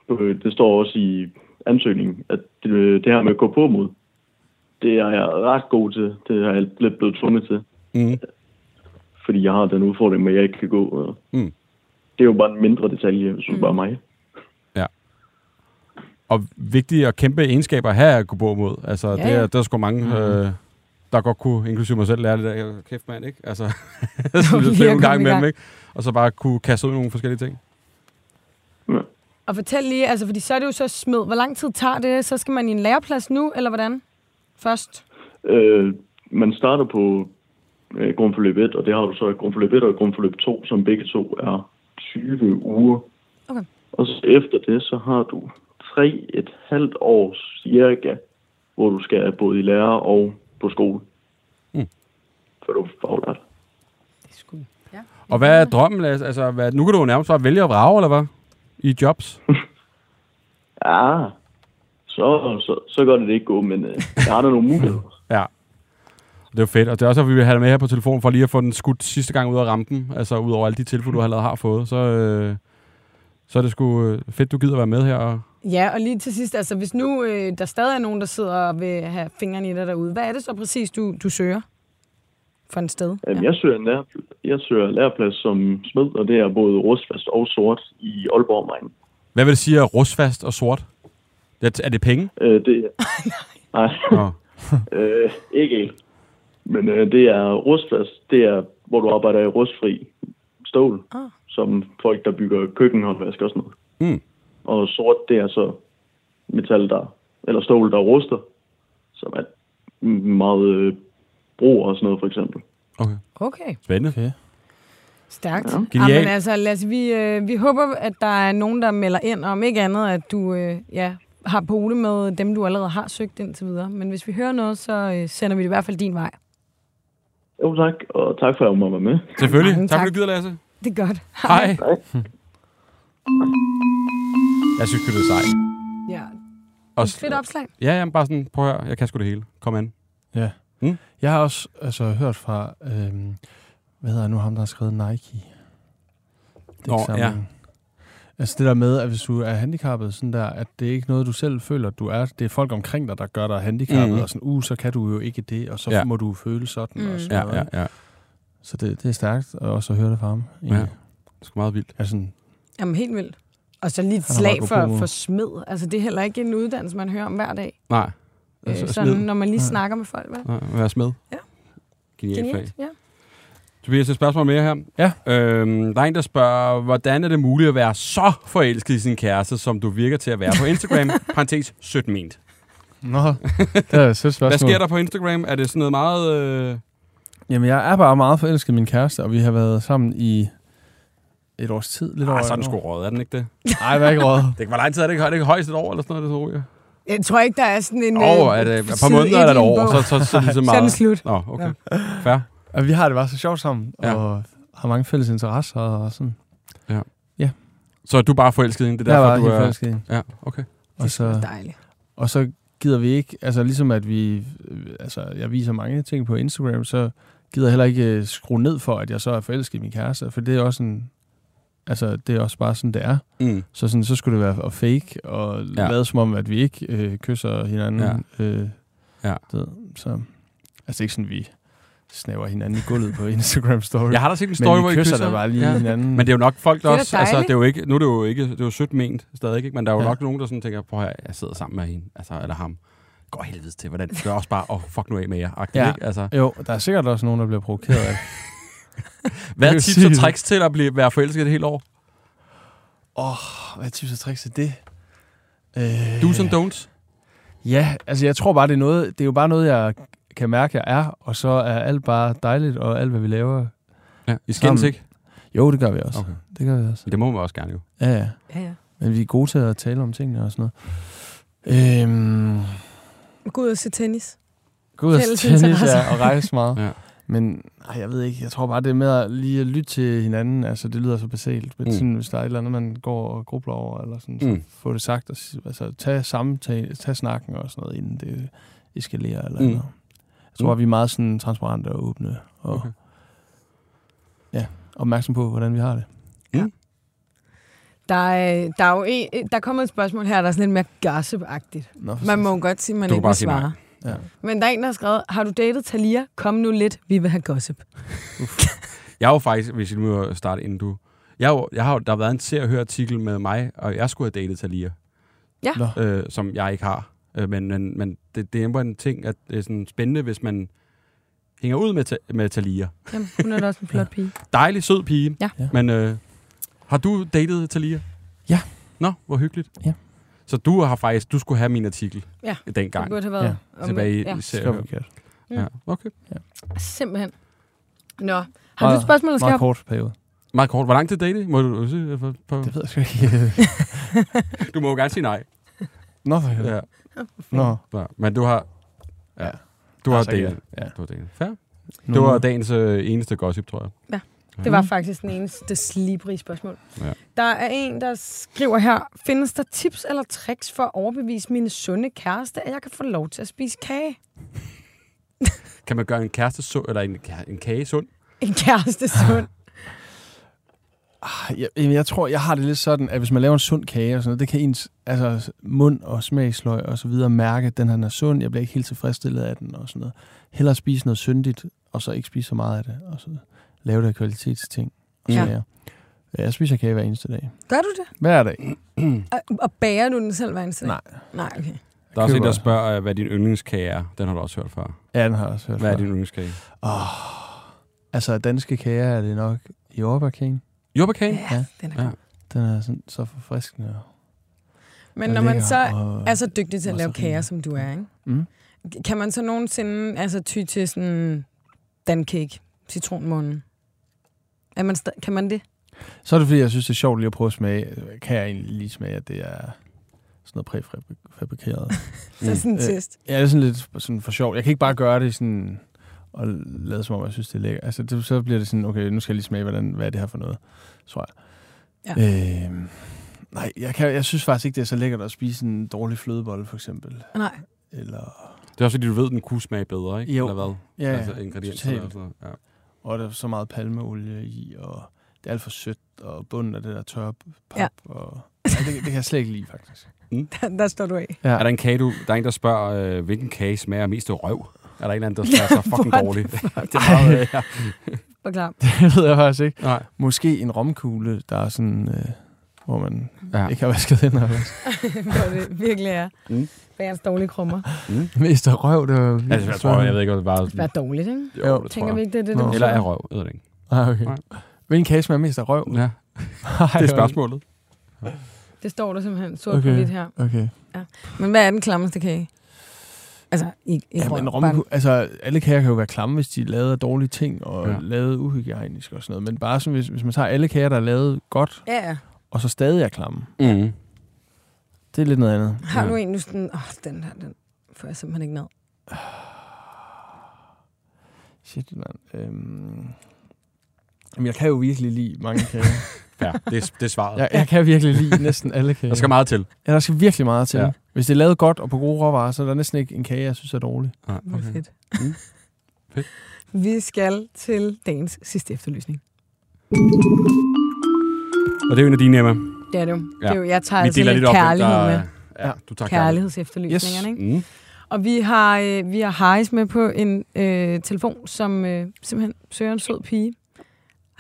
Speaker 5: øh, det står også i ansøgningen, at det, det her med at gå på mod, det er jeg ret god til. Det er jeg lidt blevet tvunget til,
Speaker 1: Mm.
Speaker 5: fordi jeg har den udfordring med, at jeg ikke kan gå. Og
Speaker 1: Mm.
Speaker 5: Det er jo bare en mindre detalje, hvis mm. bare mig.
Speaker 1: Og vigtige og kæmpe egenskaber at have at kunne bo mod. Altså, ja, det,
Speaker 2: ja.
Speaker 1: er, der er sgu mange, mm. øh, der godt kunne, inklusive mig selv, lære det der. Jeg er Kæft mand, ikke? Altså, [laughs] sådan
Speaker 2: lige
Speaker 1: lidt
Speaker 2: at
Speaker 1: flere
Speaker 2: komme
Speaker 1: gange
Speaker 2: i
Speaker 1: med
Speaker 2: gang.
Speaker 1: ikke? Og så bare kunne kaste ud nogle forskellige ting.
Speaker 2: Og fortæl lige, altså, fordi så er det jo så smed. Hvor lang tid tager det? Så skal man i en læreplads nu, eller hvordan? Først?
Speaker 5: Øh, man starter på øh, grundforløb 1, og det har du så i grundforløb 1 og i grundforløb 2, som begge to er 20 uger.
Speaker 2: Okay.
Speaker 5: Og så efter det, så har du 3 et halvt år cirka, hvor du skal både i lærer og på skole.
Speaker 1: Mm.
Speaker 5: For du er faglært.
Speaker 2: Det skulle. Ja.
Speaker 1: Og hvad er drømmen, Lasse? Altså, hvad, nu kan du jo nærmest bare vælge at vrage, eller hvad? I jobs?
Speaker 5: Ja, så, så, så gør det det ikke gå, men øh, der er der nogle
Speaker 1: [laughs]
Speaker 5: muligheder.
Speaker 1: Ja. Det er jo fedt, og det er også, at vi vil have dig med her på telefon, for lige at få den skudt sidste gang ud af rampen, altså ud over alle de tilbud, du allerede har fået, så, øh, så er det sgu øh, fedt, du gider være med her. Og,
Speaker 2: Ja, og lige til sidst, altså hvis nu øh, der stadig er nogen, der sidder og vil have fingrene i dig derude, hvad er det så præcis, du, du søger for en sted?
Speaker 5: Jamen, jeg søger en lærer, jeg søger læreplads som smed, og det er både rustfast og sort i Aalborg Mine.
Speaker 1: hvad vil det sige, at rustfast og sort? Er, er det penge?
Speaker 5: Øh,
Speaker 6: [laughs]
Speaker 5: det, nej,
Speaker 1: Nå.
Speaker 5: øh, ikke helt. Men øh, det er rustfast. Det er, hvor du arbejder i rustfri stål,
Speaker 2: Ah.
Speaker 5: som folk, der bygger køkkenhåndvask og sådan noget.
Speaker 1: Mm.
Speaker 5: Og sort, det er så metal, der, eller stål, der ruster, som er meget øh, brug og sådan noget, for eksempel.
Speaker 1: Okay.
Speaker 2: Okay,
Speaker 1: Spændende.
Speaker 3: Okay.
Speaker 2: stærkt.
Speaker 1: Genialt.
Speaker 2: Jamen altså, Lasse, vi, øh, vi håber, at der er nogen, der melder ind, om ikke andet, at du øh, ja, har pote med dem, du allerede har søgt indtil videre. Men hvis vi hører noget, så øh, sender vi det i hvert fald din vej.
Speaker 5: Jo, tak, og tak for at jeg måtte være med.
Speaker 1: Selvfølgelig.
Speaker 2: Mange
Speaker 1: tak, tak,
Speaker 2: tak.
Speaker 1: fordi du gider,
Speaker 3: [laughs]
Speaker 1: Lasse.
Speaker 2: Det er godt.
Speaker 1: Hej. Jeg synes, sgu, det er sejt.
Speaker 2: Ja,
Speaker 1: Og,
Speaker 2: fedt opslag.
Speaker 1: ja, jamen, bare sådan, prøv at høre, jeg kan sgu det hele. Kom an.
Speaker 3: Ja.
Speaker 1: Mm.
Speaker 3: Mm. Jeg har også altså, hørt fra, øhm, hvad hedder nu ham, der har skrevet Nike? Det
Speaker 1: Nå, ja.
Speaker 3: Altså det der med, at hvis du er handicappet, sådan der, at det er ikke noget, du selv føler, du er. Det er folk omkring dig, der gør dig handicappet,
Speaker 1: Mhm.
Speaker 3: mm. og sådan, uh, så kan du jo ikke det, og så
Speaker 1: Ja. Mhm.
Speaker 3: ja. må du føle sådan.
Speaker 2: Mm.
Speaker 3: Og sådan
Speaker 1: Ja,
Speaker 3: noget,
Speaker 1: ja,
Speaker 3: ikke?
Speaker 1: ja.
Speaker 3: Så det, det er stærkt og også at høre det fra ham. egentlig.
Speaker 1: Det er sgu meget vildt.
Speaker 3: Altså, sådan,
Speaker 2: Jamen helt vildt. Og så lige et
Speaker 3: Han er
Speaker 2: slag
Speaker 3: meget god
Speaker 2: for,
Speaker 3: på-
Speaker 2: for smed. Altså det er heller ikke en uddannelse, man hører om hver dag.
Speaker 1: Nej.
Speaker 2: Øh,
Speaker 1: Altså,
Speaker 2: sådan,
Speaker 1: smid.
Speaker 2: når man lige
Speaker 3: Nej.
Speaker 2: snakker med folk. Hvad?
Speaker 1: Nej, Vær smed.
Speaker 2: Ja.
Speaker 1: Genialt fag.
Speaker 2: Genialt, ja.
Speaker 1: Tobias, et spørgsmål mere her.
Speaker 3: Ja.
Speaker 1: Øhm, der er en, der spørger, hvordan er det muligt at være så forelsket i sin kæreste, som du virker til at være på
Speaker 3: [laughs]
Speaker 1: Instagram? Parentes, sødt ment.
Speaker 3: Nå, [laughs] det er et sødt spørgsmål.
Speaker 1: Hvad sker der på Instagram? Er det sådan noget meget... Øh...
Speaker 3: Jamen, jeg er bare meget forelsket i min kæreste, og vi har været sammen i et års tid. Lidt
Speaker 1: Ah,
Speaker 3: over
Speaker 1: så er den
Speaker 3: et
Speaker 1: sgu
Speaker 3: år.
Speaker 1: røget, er den ikke det?
Speaker 3: Ej, hvad er ikke råd?
Speaker 1: Det var lang tid, er det ikke, er det ikke højst et år eller sådan noget, det tror jeg.
Speaker 2: Jeg tror ikke, der er sådan en...
Speaker 1: Nå,
Speaker 2: øh,
Speaker 1: er det et par
Speaker 2: side
Speaker 1: måneder
Speaker 2: et
Speaker 1: eller et
Speaker 2: i en
Speaker 1: år,
Speaker 2: bog.
Speaker 1: så, så, så er det
Speaker 3: [laughs]
Speaker 1: så
Speaker 2: Så er den
Speaker 1: meget...
Speaker 2: slut.
Speaker 1: Nå, okay. Fair.
Speaker 3: Og vi har det bare så sjovt sammen,
Speaker 1: Ja.
Speaker 3: ja. og har mange fælles interesser og sådan.
Speaker 1: Så er du bare forelsket i hende, det er
Speaker 3: Jeg var
Speaker 1: derfor, du
Speaker 3: helt
Speaker 1: er...
Speaker 3: forelsket i hende.
Speaker 1: Ja, okay.
Speaker 3: og,
Speaker 2: Det er
Speaker 3: så,
Speaker 2: dejligt.
Speaker 3: og så gider vi ikke, altså ligesom at vi, øh, altså jeg viser mange ting på Instagram, så gider jeg heller ikke øh, skrue ned for, at jeg så er forelsket i min kæreste, for det er også en, altså det er også bare sådan, det er.
Speaker 1: Mm.
Speaker 3: Så sådan, så skulle det være at fake, og
Speaker 1: Ja.
Speaker 3: ja. lade som om, at vi ikke øh, kysser hinanden. Ja. Øh,
Speaker 1: Ja.
Speaker 3: Det, så, altså ikke sådan, vi snæver hinanden i gulvet på Instagram story.
Speaker 1: Jeg har da set en story,
Speaker 3: men
Speaker 1: hvor
Speaker 3: vi
Speaker 1: I
Speaker 3: kysser, da bare lige ja. hinanden.
Speaker 1: Men det er jo nok folk, der
Speaker 2: Det er da
Speaker 1: også... Altså,
Speaker 2: dejligt.
Speaker 1: det er jo ikke, nu er det jo ikke... Det er jo sødt ment stadig, ikke? Men der er jo ja.
Speaker 3: Ja.
Speaker 1: nok nogen, der sådan tænker, prøv at høre, jeg sidder sammen med hende, altså, eller ham. Går helvedes til, hvordan? Det er også bare, åh, oh, fuck nu af med jer, agtigt, ja.
Speaker 3: Ja.
Speaker 1: ikke? Altså,
Speaker 3: Jo, der er sikkert også nogen, der bliver provokeret af det.
Speaker 1: hvad er
Speaker 3: jo
Speaker 1: tips
Speaker 3: sige
Speaker 1: og
Speaker 3: det.
Speaker 1: tricks til at blive, være forelsket et helt år?
Speaker 3: Åh, oh, hvad tips og tricks er det? Øh,
Speaker 1: Do's and don'ts?
Speaker 3: Ja, altså jeg tror bare, det er, noget, det er jo bare noget, jeg kan mærke, jeg er, og så er alt bare dejligt, og alt, hvad vi laver.
Speaker 1: Ja. I skændes
Speaker 3: Sammen.
Speaker 1: ikke?
Speaker 3: Jo, det gør vi også.
Speaker 1: Okay.
Speaker 3: Det gør vi også.
Speaker 1: Det må man også gerne jo.
Speaker 3: Ja, ja.
Speaker 2: Ja, ja.
Speaker 3: Men vi er gode til at tale om tingene og sådan noget. Øhm,
Speaker 2: Gå ud og se tennis.
Speaker 3: gå ud og
Speaker 2: Fælles
Speaker 3: altså, tennis
Speaker 2: interesser.
Speaker 3: ja, og rejse meget.
Speaker 1: Ja.
Speaker 3: ja. Men ej, jeg ved ikke, jeg tror bare, det er med at lige at lytte til hinanden. Altså, det lyder så basalt. Men
Speaker 1: Mm.
Speaker 3: mm. sådan, hvis der er et eller andet, man går og grubler over, eller sådan, så
Speaker 1: Mm.
Speaker 3: mm. få det sagt. Og, s- altså, tag samtale, tag snakken og sådan noget, inden det eskalerer eller
Speaker 1: Mm.
Speaker 3: mm. noget. Jeg tror,
Speaker 1: Mm.
Speaker 3: mm. vi er meget sådan transparente og åbne. Og,
Speaker 1: Okay.
Speaker 3: okay. Ja, opmærksom på, hvordan vi har det.
Speaker 2: Der er, øh, der er jo en, der kommer et spørgsmål her, der er sådan lidt mere gossip -agtigt.
Speaker 3: Nå,
Speaker 2: Man
Speaker 3: for satan.
Speaker 2: må jo godt sige, at man
Speaker 1: Du kan
Speaker 2: ikke
Speaker 1: bare
Speaker 2: vil
Speaker 1: sige nej.
Speaker 2: svare.
Speaker 3: Ja.
Speaker 2: Men der er en, der har skrevet, har du datet Talia? Kom nu lidt, vi vil have gossip.
Speaker 1: Jeg er jo faktisk, hvis jeg nu må starte inden du... Jeg, er jo, jeg har, jo- der har været en se og høre artikel med mig, og jeg skulle have datet Talia,
Speaker 2: Ja.
Speaker 3: Nå.
Speaker 1: øh, som jeg ikke har. Øh, men men, men det, det er bare en ting, at det er sådan spændende, hvis man hænger ud med, ta- med Talia.
Speaker 2: Jamen, hun er da også en flot pige.
Speaker 1: Dejlig, sød pige.
Speaker 2: Ja.
Speaker 3: Ja.
Speaker 1: Men øh, har du datet Talia?
Speaker 3: Ja.
Speaker 1: Nå, hvor hyggeligt.
Speaker 3: Ja.
Speaker 1: Så du har faktisk, du skulle have min artikel
Speaker 2: Ja. Det
Speaker 1: dengang.
Speaker 2: burde have været
Speaker 3: Ja,
Speaker 2: omvendt.
Speaker 1: Tilbage i
Speaker 2: Ja.
Speaker 1: ja.
Speaker 3: Det er forkert.
Speaker 1: Ja, okay.
Speaker 2: Simpelthen. Nå, har du
Speaker 3: Meget-
Speaker 2: et spørgsmål, der skal
Speaker 3: Meget
Speaker 2: op?
Speaker 3: kort periode.
Speaker 1: Meget kort. Hvor lang tid date? Må du, øh, på- på-
Speaker 3: Det ved jeg sgu ikke.
Speaker 1: [laughs] du må jo gerne sige nej.
Speaker 3: Nå, for helvede.
Speaker 1: Ja.
Speaker 3: Nå.
Speaker 1: Nå, Men du har... Ja.
Speaker 3: Ja.
Speaker 1: Du har
Speaker 3: Altså,
Speaker 1: datet.
Speaker 3: ja. Ja.
Speaker 1: Du har datet. Fair.
Speaker 3: Nu-
Speaker 1: Det var dagens øh, eneste gossip, tror jeg.
Speaker 2: Det
Speaker 3: Mhm.
Speaker 2: var faktisk den eneste slibrige spørgsmål.
Speaker 1: Ja.
Speaker 2: Der er en, der skriver her, findes der tips eller tricks for at overbevise mine sunde kæreste, at jeg kan få lov til at spise kage?
Speaker 1: Kan man gøre en kæreste sund, eller en, kær- en kage sund?
Speaker 2: En kæreste sund.
Speaker 3: Jeg, jamen, jeg tror, jeg har det lidt sådan, at hvis man laver en sund kage og sådan noget, det kan ens altså, mund og smagsløg og så videre mærke, at den her den er sund. Jeg bliver ikke helt tilfredsstillet af den og sådan noget. Hellere spise noget syndigt, og så ikke spise så meget af det. Og så lave det af kvalitetsting. Og
Speaker 2: Ja.
Speaker 3: ja. Jeg, jeg spiser kage hver eneste dag.
Speaker 2: [laughs] Gør du det?
Speaker 3: Hver dag.
Speaker 2: Og, og bærer du den selv hver eneste dag?
Speaker 3: Nej.
Speaker 2: Nej, okay.
Speaker 1: Der er også en,
Speaker 3: Køber.
Speaker 1: der spørger, øh, hvad din yndlingskage er. Den har du også hørt før.
Speaker 3: Ja, den har jeg også hørt
Speaker 1: Hvad er
Speaker 3: før.
Speaker 1: din yndlingskage?
Speaker 3: Altså, danske kager er det nok jordbærkage.
Speaker 1: Jordbærkage?
Speaker 3: Ja.
Speaker 2: Den er
Speaker 1: Ja.
Speaker 2: god.
Speaker 3: Den er sådan, så forfriskende. og-
Speaker 2: Men
Speaker 3: og
Speaker 2: når man
Speaker 3: lækker,
Speaker 2: så altså-
Speaker 3: og-
Speaker 2: er så dygtig til at
Speaker 3: og
Speaker 2: lave
Speaker 3: så rimelig.
Speaker 2: kager, som du er, ikke?
Speaker 3: Mm.
Speaker 2: kan man så nogensinde altså, ty til sådan dancake, citronmånen? Er man sta- kan man det?
Speaker 3: Så er det, fordi jeg synes, det er sjovt lige at prøve at smage. Kan jeg egentlig lige smage, at det er sådan noget præfabrikeret?
Speaker 1: Mm.
Speaker 2: Så sådan en
Speaker 3: Øh,
Speaker 2: test.
Speaker 3: ja, det er sådan lidt sådan for sjovt. Jeg kan ikke bare gøre det sådan og lade som om, jeg synes, det er lækkert. Altså, det, så bliver det sådan, okay, nu skal jeg lige smage, hvordan, hvad er det her for noget, tror jeg. Øh, nej, jeg, kan, jeg synes faktisk ikke, det er så lækkert at spise en dårlig flødebolle, for eksempel.
Speaker 2: Nej.
Speaker 3: Eller,
Speaker 1: Det er også fordi, du ved, den kunne smage bedre, ikke?
Speaker 3: Jo.
Speaker 1: Eller hvad?
Speaker 3: ja,
Speaker 1: altså
Speaker 3: ja,
Speaker 1: ingredienserne
Speaker 3: totalt.
Speaker 1: og sådan noget.
Speaker 3: Og der er så meget palmeolie i, og det er alt for sødt, og bunden af det der tørre pap.
Speaker 2: Ja.
Speaker 3: Og, nej, det, det kan jeg slet ikke lide, faktisk.
Speaker 2: Der, [laughs] der står du af.
Speaker 1: Ja. Er der en kage, du... Der er en, der spørger, øh, hvilken kage smager mest af røv? Er der en eller anden, der spørger så fucking
Speaker 2: What
Speaker 1: dårligt? det er meget, øh, ja.
Speaker 2: Forklar.
Speaker 3: det ved jeg faktisk ikke.
Speaker 1: Nej.
Speaker 3: Måske en romkugle, der er sådan, øh, hvor man
Speaker 1: Ja.
Speaker 3: ja. ikke har vasket hænder. [laughs]
Speaker 2: Hvor det virkelig er.
Speaker 1: Mm.
Speaker 2: Bærens dårlige krummer.
Speaker 3: Mest af røv, det var...
Speaker 1: Altså, jeg, tror, jeg ved ikke, om det bare...
Speaker 2: Det er dårligt, ikke?
Speaker 1: Jo, det tror
Speaker 2: Tænker
Speaker 1: jeg.
Speaker 2: vi ikke, det er det, det
Speaker 3: Nå.
Speaker 2: betyder?
Speaker 1: Eller er røv, jeg ved det ikke.
Speaker 3: Ah, okay.
Speaker 1: Nej.
Speaker 3: Hvilken kage smager mest af røv? [laughs]
Speaker 1: Ja, det er spørgsmålet.
Speaker 2: Det står der simpelthen sort okay.
Speaker 3: Okay.
Speaker 2: på hvidt her.
Speaker 3: Okay.
Speaker 2: Men hvad er den klammeste kage? Altså, i, i
Speaker 3: Ja, men
Speaker 2: røven.
Speaker 3: romkugle, altså, alle kager kan jo være klamme, hvis de er lavet af dårlige ting, og
Speaker 1: Ja.
Speaker 3: ja. lavet uhygiejnisk og sådan noget. Men bare sådan, hvis, hvis man tager alle kager, der er lavet godt,
Speaker 2: Ja, ja.
Speaker 3: og så stadig er klamme,
Speaker 1: Mm.
Speaker 3: det er lidt noget andet.
Speaker 2: Har
Speaker 1: Ja.
Speaker 2: du en, du sådan, åh, oh, den her, den får jeg simpelthen ikke ned.
Speaker 3: Shit, mand. Øhm... Jamen, jeg kan jo virkelig lide mange kager.
Speaker 1: [laughs] Ja, det, er- det er svaret.
Speaker 3: jeg, jeg kan virkelig lide næsten alle kager.
Speaker 1: Der skal meget til.
Speaker 3: Ja, der skal virkelig meget til.
Speaker 1: Ja.
Speaker 3: Ja. Hvis det er lavet godt og på gode råvarer, så er der næsten ikke en kage, jeg synes er dårlig.
Speaker 1: Ja,
Speaker 2: Hvor okay. fedt.
Speaker 1: Mm.
Speaker 2: Mm.
Speaker 1: Fedt.
Speaker 2: [laughs] Vi skal til dagens sidste efterlysning.
Speaker 1: Og det er jo en af dine, Emma. Vi
Speaker 2: Det er det jo. Det er
Speaker 1: Ja.
Speaker 2: jo jeg tager altså lidt
Speaker 1: hvem
Speaker 2: kærlighed
Speaker 1: der-
Speaker 2: med.
Speaker 1: Ja,
Speaker 3: Ja.
Speaker 1: du tager kærlighed.
Speaker 2: Kærlighedsefterlysningerne, ikke?
Speaker 1: Mm.
Speaker 2: Og vi har, øh, vi har Heis med på en øh, telefon, som øh, simpelthen søger en sød pige.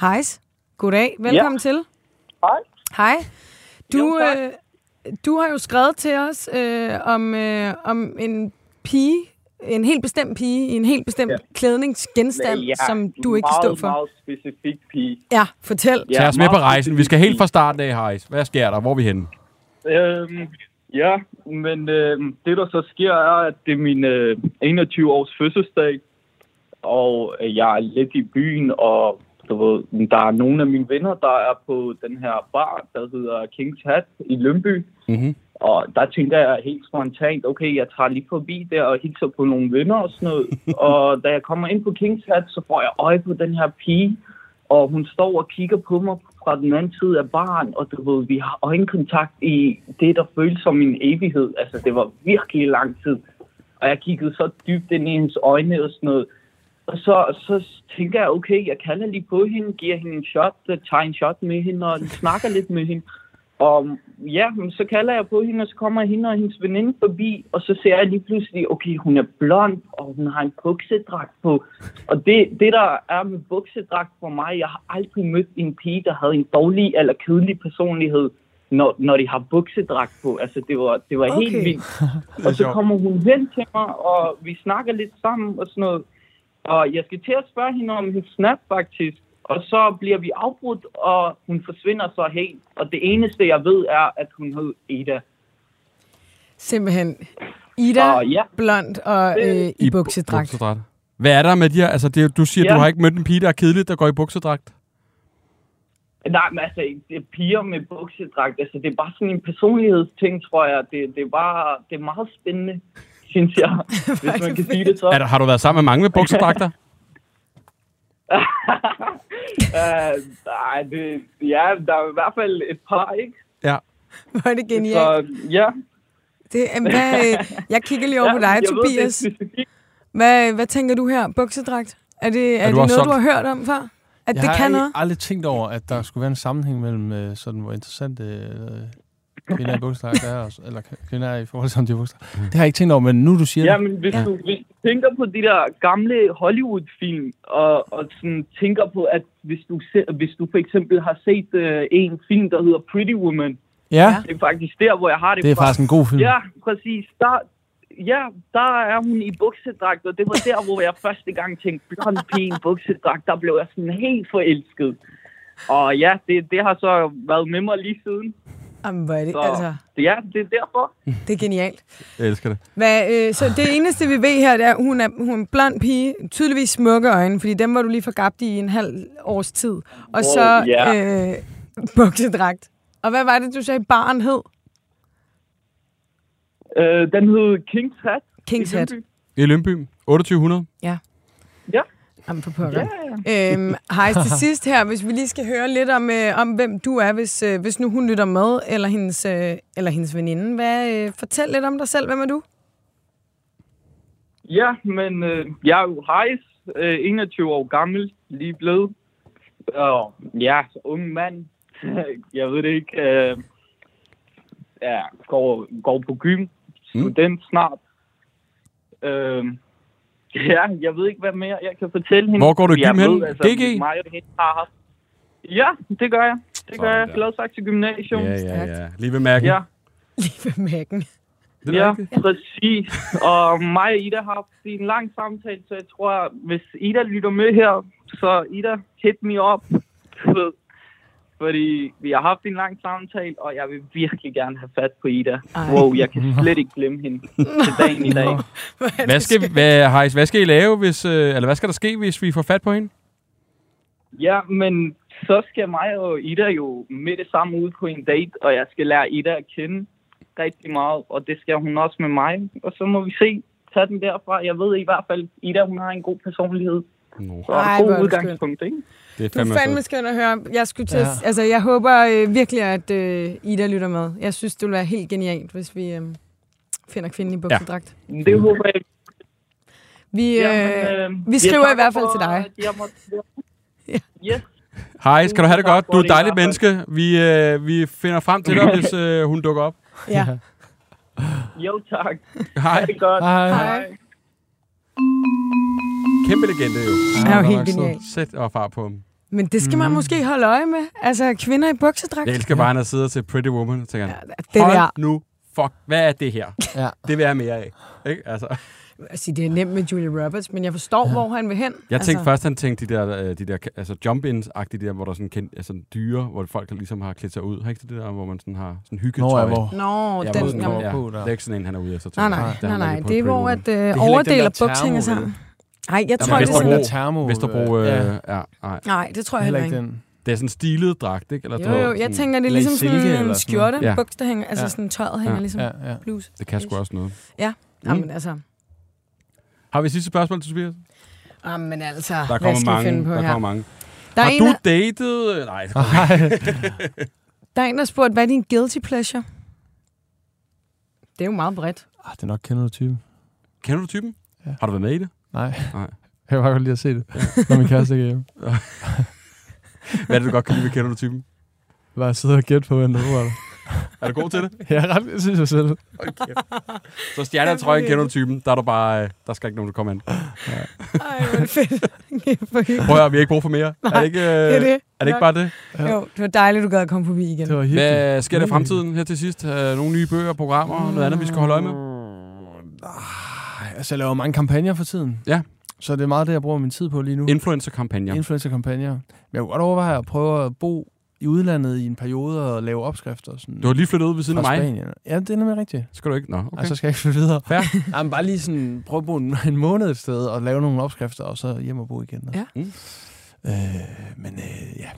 Speaker 2: Heis, goddag. Velkommen ja. til.
Speaker 6: Hej.
Speaker 2: Hej. Du,
Speaker 6: Jo, tak.
Speaker 2: øh, du har jo skrevet til os øh, om, øh, om en pige, en helt bestemt pige, i en helt bestemt ja.
Speaker 6: Ja.
Speaker 2: klædningsgenstand, ja, som du ikke kan
Speaker 6: meget,
Speaker 2: stå for.
Speaker 6: Meget specifik pige.
Speaker 2: Ja, fortæl.
Speaker 1: Tag os med
Speaker 6: meget
Speaker 1: på rejsen. Vi skal
Speaker 6: specifik
Speaker 1: helt fra starten af, Hejs. Hvad sker der? Hvor er vi henne?
Speaker 6: pige. Øhm, Ja, men øh, det der så sker er, at det er min øh, 21 års fødselsdag, og øh, jeg er lidt i byen, og du ved, der er nogle af mine venner, der er på den her bar, der hedder Kings Hat i Lønby.
Speaker 1: Mm-hmm.
Speaker 6: Og der tænker jeg helt spontant, okay, jeg tager lige forbi der og hilser på nogle venner og sådan noget. og da jeg kommer ind på Kings Hat, så får jeg øje på den her pige, og hun står og kigger på mig fra den anden side af baren, og du ved, vi har øjenkontakt i det, der føles som en evighed. Altså, det var virkelig lang tid. Og jeg kiggede så dybt ind i hendes øjne og sådan noget. Og så, så tænker jeg, okay, jeg kalder lige på hende, giver hende en shot, øh, tager en shot med hende og snakker lidt med hende. Og ja, men så kalder jeg på hende, og så kommer hende og hendes veninde forbi, og så ser jeg lige pludselig, okay, hun er blond, og hun har en buksedragt på. Og det, det der er med buksedragt for mig, jeg har aldrig mødt en pige, der havde en dårlig eller kedelig personlighed, når, når de har buksedragt på. Altså, det var, det var okay.
Speaker 2: Okay.
Speaker 6: helt vildt. Og så
Speaker 3: sjovt.
Speaker 6: kommer hun hen til mig, og vi snakker lidt sammen og sådan noget. Og jeg skal til at spørge hende om hendes snap, faktisk. Og så bliver vi afbrudt, og hun forsvinder så helt. Og det eneste, jeg ved, er, at hun hed Ida.
Speaker 2: Simpelthen. Ida,
Speaker 6: Og ja.
Speaker 2: blond og øh, i,
Speaker 1: bu-
Speaker 2: buksedragt.
Speaker 1: buksedragt. Hvad er der med de her? Altså, det, er- du siger, ja.
Speaker 6: Ja.
Speaker 1: du har ikke mødt en pige, der er kedelig, der går i buksedragt.
Speaker 6: Nej, men altså, det er piger med buksedragt, altså, det er bare sådan en personlighedsting, tror jeg. Det, det er bare, det er meget spændende, synes jeg, hvis man kan sige det så.
Speaker 1: Er der, har du været sammen med mange med
Speaker 2: [laughs]
Speaker 1: buksedragter?
Speaker 6: Uh, nej, det, ja, der er i hvert fald et par, ikke?
Speaker 1: ja.
Speaker 2: Hvor er det genialt.
Speaker 6: Så ja.
Speaker 2: Det, jamen, hvad, øh, jeg kigger lige over på dig,
Speaker 6: jeg Ved, det er
Speaker 2: Tobias.
Speaker 6: specifikt.
Speaker 2: Hvad, hvad tænker du her? Buksedragt? Er det, er
Speaker 1: du
Speaker 2: det noget,
Speaker 1: også
Speaker 2: du har
Speaker 1: solgt?
Speaker 2: hørt om før? At
Speaker 3: Jeg
Speaker 2: det
Speaker 3: har
Speaker 2: kan
Speaker 3: ikke-
Speaker 2: noget?
Speaker 3: aldrig tænkt over, at der skulle være en sammenhæng mellem øh, sådan, hvor interessante øh, kvinder i buksedragt er, og, eller kvinder er i forhold til om de er i buksedragt. Det har jeg ikke tænkt over, men nu du siger
Speaker 6: Ja,
Speaker 3: det.
Speaker 6: men hvis, du, hvis du tænker på de der gamle Hollywood-film, og, og sådan tænker på, at hvis du, se, hvis du for eksempel har set øh, en film, der hedder Pretty Woman,
Speaker 3: Ja,
Speaker 6: det er faktisk der, hvor jeg har det
Speaker 3: det er
Speaker 6: fra.
Speaker 3: faktisk en god film.
Speaker 6: Ja, præcis. Der, ja, der er hun i buksedragt, og det var der, hvor jeg første gang tænkte, blond pige i buksedragt, der blev jeg sådan helt forelsket. Og ja, det, det har så været med mig lige siden.
Speaker 2: Jamen, hvor er det,
Speaker 6: Så
Speaker 2: altså,
Speaker 6: ja, det er derfor.
Speaker 2: det er genialt.
Speaker 1: Jeg elsker det.
Speaker 2: Hvad, øh, så [laughs] det eneste, vi ved her, det er, at hun er, hun er en blond pige, tydeligvis smukke øjne, fordi dem var du lige for gabt i en halv års tid. Og så
Speaker 6: ja.
Speaker 2: øh, buksedragt. Og hvad var det, du sagde, barn hed?
Speaker 6: Øh, den hed Kings Hat.
Speaker 2: Kings
Speaker 6: i
Speaker 2: Hat.
Speaker 6: Lyngby.
Speaker 1: I Lønby. 2800.
Speaker 2: Jamen, for pokker. Ja, ja. Øhm, hej, til sidst her, hvis vi lige skal høre lidt om, øh, om hvem du er, hvis, øh, hvis nu hun lytter med, eller hendes, øh, eller hendes veninde. Hvad, øh, fortæl lidt om dig selv. Hvem er du?
Speaker 6: Ja, men øh, jeg er jo hejs, øh, 21 år gammel, lige blevet. Og ja, så ung mand. [laughs] jeg ved det ikke. Øh, ja, går, går på gym. Student mm. snart. Øh, ja, jeg ved ikke, hvad mere jeg kan fortælle hende.
Speaker 1: Hvor går du i
Speaker 6: Jeg
Speaker 1: gym henne?
Speaker 6: ved, Altså,
Speaker 1: DG?
Speaker 6: Mig og hende har haft. Ja, det gør jeg. Det gør
Speaker 1: Sådan
Speaker 6: jeg.
Speaker 1: der.
Speaker 6: Gladsaxe Gymnasium.
Speaker 1: Ja, ja,
Speaker 2: stærkt.
Speaker 1: ja. Lige ved mærken.
Speaker 6: ja.
Speaker 2: [laughs] Lige ved mærken.
Speaker 1: Det er
Speaker 6: Ja,
Speaker 1: rigtigt.
Speaker 6: præcis. Og mig og Ida har haft en lang samtale, så jeg tror, at hvis Ida lytter med her, så Ida, hit me up. Du ved. Fordi vi har haft en lang samtale, og jeg vil virkelig gerne have fat på Ida.
Speaker 2: Ej.
Speaker 6: Wow, jeg kan slet ikke glemme hende til dagen i dag.
Speaker 1: Hvad skal, vi, hvad, Heis, hvad skal I lave, hvis, øh, eller hvad skal der ske, hvis vi får fat på hende?
Speaker 6: Ja, men så skal mig og Ida jo med det samme ud på en date, og jeg skal lære Ida at kende rigtig meget, og det skal hun også med mig. Og så må vi se, tage den derfra. Jeg ved i hvert fald, Ida hun har en god personlighed.
Speaker 1: Nå,
Speaker 6: Så er
Speaker 2: Ej,
Speaker 6: det
Speaker 2: hvor er
Speaker 6: god
Speaker 2: det
Speaker 6: udgangspunkt, ikke?
Speaker 1: det er fandme,
Speaker 2: Du er fandme
Speaker 1: fandme
Speaker 2: skønt at høre. Jeg, skulle til, ja.
Speaker 3: Ja.
Speaker 2: altså, jeg håber øh, virkelig, at øh, Ida lytter med. Jeg synes, det ville være helt genialt, hvis vi øh, finder kvinden i buksedragt. Ja.
Speaker 6: Men Det håber jeg.
Speaker 2: Vi, øh, ja,
Speaker 6: Jamen, øhm,
Speaker 2: vi
Speaker 6: jeg
Speaker 2: skriver i
Speaker 6: takker
Speaker 2: hvert fald
Speaker 6: for,
Speaker 2: til dig.
Speaker 6: at jeg
Speaker 2: [laughs]
Speaker 6: måtte-
Speaker 2: Ja.
Speaker 6: Yes,
Speaker 1: Heis, kan du have det
Speaker 6: Tak
Speaker 1: godt?
Speaker 6: for
Speaker 1: Du er
Speaker 6: det,
Speaker 1: et dejligt
Speaker 6: i hvert
Speaker 1: menneske. Vi, øh, vi finder frem
Speaker 6: [laughs]
Speaker 1: til dig, hvis øh, hun dukker op.
Speaker 2: Ja.
Speaker 6: jo tak.
Speaker 1: Hej.
Speaker 6: Ha' Det er godt.
Speaker 3: Hej.
Speaker 2: Hej.
Speaker 1: Kæmpe legende jo.
Speaker 2: Det er jo
Speaker 3: godt
Speaker 2: helt
Speaker 3: nok sød.
Speaker 2: genialt.
Speaker 1: Sæt og far på ham.
Speaker 2: Men det skal man måske holde øje med. Altså, kvinder i buksedragt.
Speaker 1: Jeg elsker bare, at han har siddet og set Pretty Woman, og tænker,
Speaker 2: Ja,
Speaker 1: han,
Speaker 2: det
Speaker 1: hold
Speaker 2: der.
Speaker 1: nu, fuck, hvad er det her?
Speaker 3: Ja.
Speaker 1: Det vil jeg have mere af. Ikke? Altså,
Speaker 2: Altså, det er nemt med Julia Roberts, men jeg forstår, ja. hvor han vil hen.
Speaker 1: Jeg tænkte altså,
Speaker 2: altså,
Speaker 1: først, han tænkte de der, øh, de der altså jump-ins-agtige, de der, hvor der sådan kendt, altså dyre, hvor folk ligesom har klædt sig ud. Har ikke det der, hvor man sådan har sådan hyggetøj?
Speaker 3: Nå, ja, hvor...
Speaker 2: Nå,
Speaker 1: Ja,
Speaker 2: ja,
Speaker 1: hvor
Speaker 2: den...
Speaker 1: sådan,
Speaker 2: Jamen,
Speaker 3: kommer-
Speaker 1: ja,
Speaker 3: på, der-
Speaker 1: det er ikke sådan en, han er ude efter.
Speaker 2: nej,
Speaker 1: tror jeg.
Speaker 2: nej,
Speaker 1: Der
Speaker 2: nej,
Speaker 1: har man
Speaker 2: nej.
Speaker 1: lige på
Speaker 2: Det er,
Speaker 1: et
Speaker 2: hvor
Speaker 1: preview.
Speaker 2: at, øh,
Speaker 3: ikke
Speaker 2: overdel
Speaker 3: den
Speaker 2: og
Speaker 3: der
Speaker 2: buks hænger
Speaker 3: termo,
Speaker 2: sammen. Nej, jeg
Speaker 3: Der
Speaker 2: tror,
Speaker 3: er
Speaker 2: det er
Speaker 3: Vesterbro,
Speaker 2: sådan...
Speaker 3: der Termo.
Speaker 1: Vesterbro, øh,
Speaker 3: ja.
Speaker 1: ja, nej.
Speaker 2: Nej, det tror jeg
Speaker 3: Heller
Speaker 2: heller
Speaker 3: ikke
Speaker 2: ikke.
Speaker 3: den.
Speaker 1: Det er sådan en stilet dragt, ikke? Eller
Speaker 2: Jo,
Speaker 1: noget
Speaker 2: jo, jeg
Speaker 1: sådan-
Speaker 2: tænker, det er
Speaker 3: Eller i
Speaker 2: ligesom
Speaker 3: silke eller
Speaker 2: sådan en
Speaker 3: sådan noget.
Speaker 2: skjorte,
Speaker 1: Ja.
Speaker 2: en buks, der hænger, altså
Speaker 3: Ja.
Speaker 2: sådan tøjet hænger
Speaker 1: Ja.
Speaker 2: ligesom
Speaker 3: Ja, ja.
Speaker 2: bluse.
Speaker 1: Det kan sgu også noget. Mm.
Speaker 2: Ja, jamen altså,
Speaker 1: Har vi sidste spørgsmål til Tobias?
Speaker 2: jamen altså,
Speaker 1: Der
Speaker 2: hvad
Speaker 1: kommer
Speaker 2: skal vi finde
Speaker 1: mange.
Speaker 2: på
Speaker 1: Der
Speaker 2: her?
Speaker 1: kommer mange.
Speaker 2: Der er,
Speaker 1: Har
Speaker 2: en,
Speaker 1: du
Speaker 2: der-
Speaker 1: datet... Nej, det kommer
Speaker 3: Ej,
Speaker 2: der er en, der spurgte, hvad er din guilty pleasure? Det er jo meget bredt.
Speaker 3: Ah, det er nok kendt noget type.
Speaker 1: ikke. Kender du typen?
Speaker 3: Ja.
Speaker 1: Har du været med i det?
Speaker 3: Nej.
Speaker 1: Nej.
Speaker 3: [laughs] Jeg kan bare godt lide at se [laughs] det, når min kæreste ikke er hjemme.
Speaker 1: Hvad er det, du godt kan lide ved Kender du typen?
Speaker 3: Bare sidde og gætte på, hvem der [laughs] bor der.
Speaker 1: Er du god til
Speaker 3: [laughs]
Speaker 1: det?
Speaker 3: Jeg er ret, jeg synes jeg selv.
Speaker 1: Så stjerner tror jeg Kender du typen. Der er du bare... øh, Der skal ikke nogen, der kommer ind.
Speaker 2: Ej, hvor er det [laughs] fedt. Kæft, hvor hyggeligt.
Speaker 1: Prøv at høre, vi har ikke brug for mere. er det ikke, øh,
Speaker 2: det er det.
Speaker 1: er det ikke bare det?
Speaker 3: Ja.
Speaker 2: Jo, det var dejligt, du gad at komme forbi igen.
Speaker 3: Det var hyggeligt.
Speaker 1: Hvad sker der i
Speaker 3: Mm.
Speaker 1: fremtiden her til sidst? Øh, Nogle nye bøger, programmer, noget andet, vi skal holde øje med?
Speaker 3: Ej, Altså, jeg laver mange kampagner for tiden.
Speaker 1: Ja.
Speaker 3: Så det er meget det, jeg bruger min tid på lige nu.
Speaker 1: Influencer-kampagner.
Speaker 3: Influencer-kampagner. Men jeg kunne godt overveje at prøve at bo i udlandet i en periode og lave opskrifter. Sådan
Speaker 1: Du har lige flyttet ud ved siden af
Speaker 3: fra
Speaker 1: mig.
Speaker 3: Spanien. Altså, Ja, det er nemlig rigtigt.
Speaker 1: Skal du ikke? Nå, okay.
Speaker 3: Okay. Og så skal jeg ikke flytte videre. [laughs]
Speaker 1: Fair.
Speaker 3: Nej, men bare lige sådan, prøve at bo en, en måned et sted og lave nogle opskrifter, og så hjem og bo igen. altså.
Speaker 2: Ja.
Speaker 1: Mm.
Speaker 3: Øh, men øh, ja.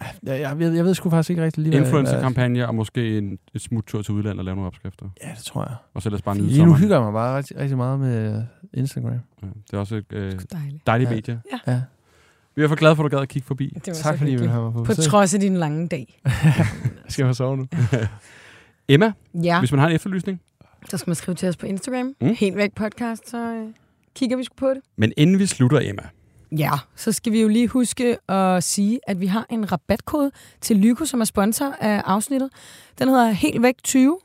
Speaker 3: Ah, Jeg, jeg, ved, jeg ved sgu faktisk ikke rigtig lige, hvad-
Speaker 1: Influencer-kampagner og måske en, et smuttur til udlandet og lave nogle opskrifter.
Speaker 3: hvad- Ja, det tror jeg.
Speaker 1: Og så ellers bare nyde
Speaker 3: Lige nu
Speaker 1: sommeren.
Speaker 3: hygger jeg mig bare rigtig, rigtig meget med øh, Instagram.
Speaker 1: Ja, det er også et øh,
Speaker 2: Dejligt.
Speaker 1: dejligt
Speaker 3: Ja.
Speaker 1: medie.
Speaker 3: Ja.
Speaker 1: Vi er for glade for, at du gad at kigge forbi.
Speaker 2: Det var
Speaker 3: Tak
Speaker 2: så
Speaker 3: fordi I ville
Speaker 2: hyggeligt.
Speaker 3: have mig på
Speaker 2: På
Speaker 3: besøg.
Speaker 2: trods af din lange dag.
Speaker 3: Skal jeg sove nu?
Speaker 1: Emma,
Speaker 2: Ja,
Speaker 1: hvis man har en efterlysning.
Speaker 2: så skal man skrive til os på Instagram.
Speaker 1: Mm.
Speaker 2: Helt væk podcast, så øh, kigger vi sgu på det.
Speaker 1: Men inden vi slutter, Emma.
Speaker 2: Ja, så skal vi jo lige huske at sige, at vi har en rabatkode til Lyko, som er sponsor af afsnittet. Den hedder Helt Væk 20,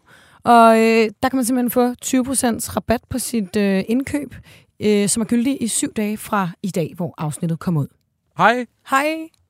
Speaker 2: og øh, der kan man simpelthen få 20% rabat på sit øh, indkøb, øh, som er gyldig i syv dage fra i dag, hvor afsnittet kom ud.
Speaker 1: Hej!
Speaker 2: Hej!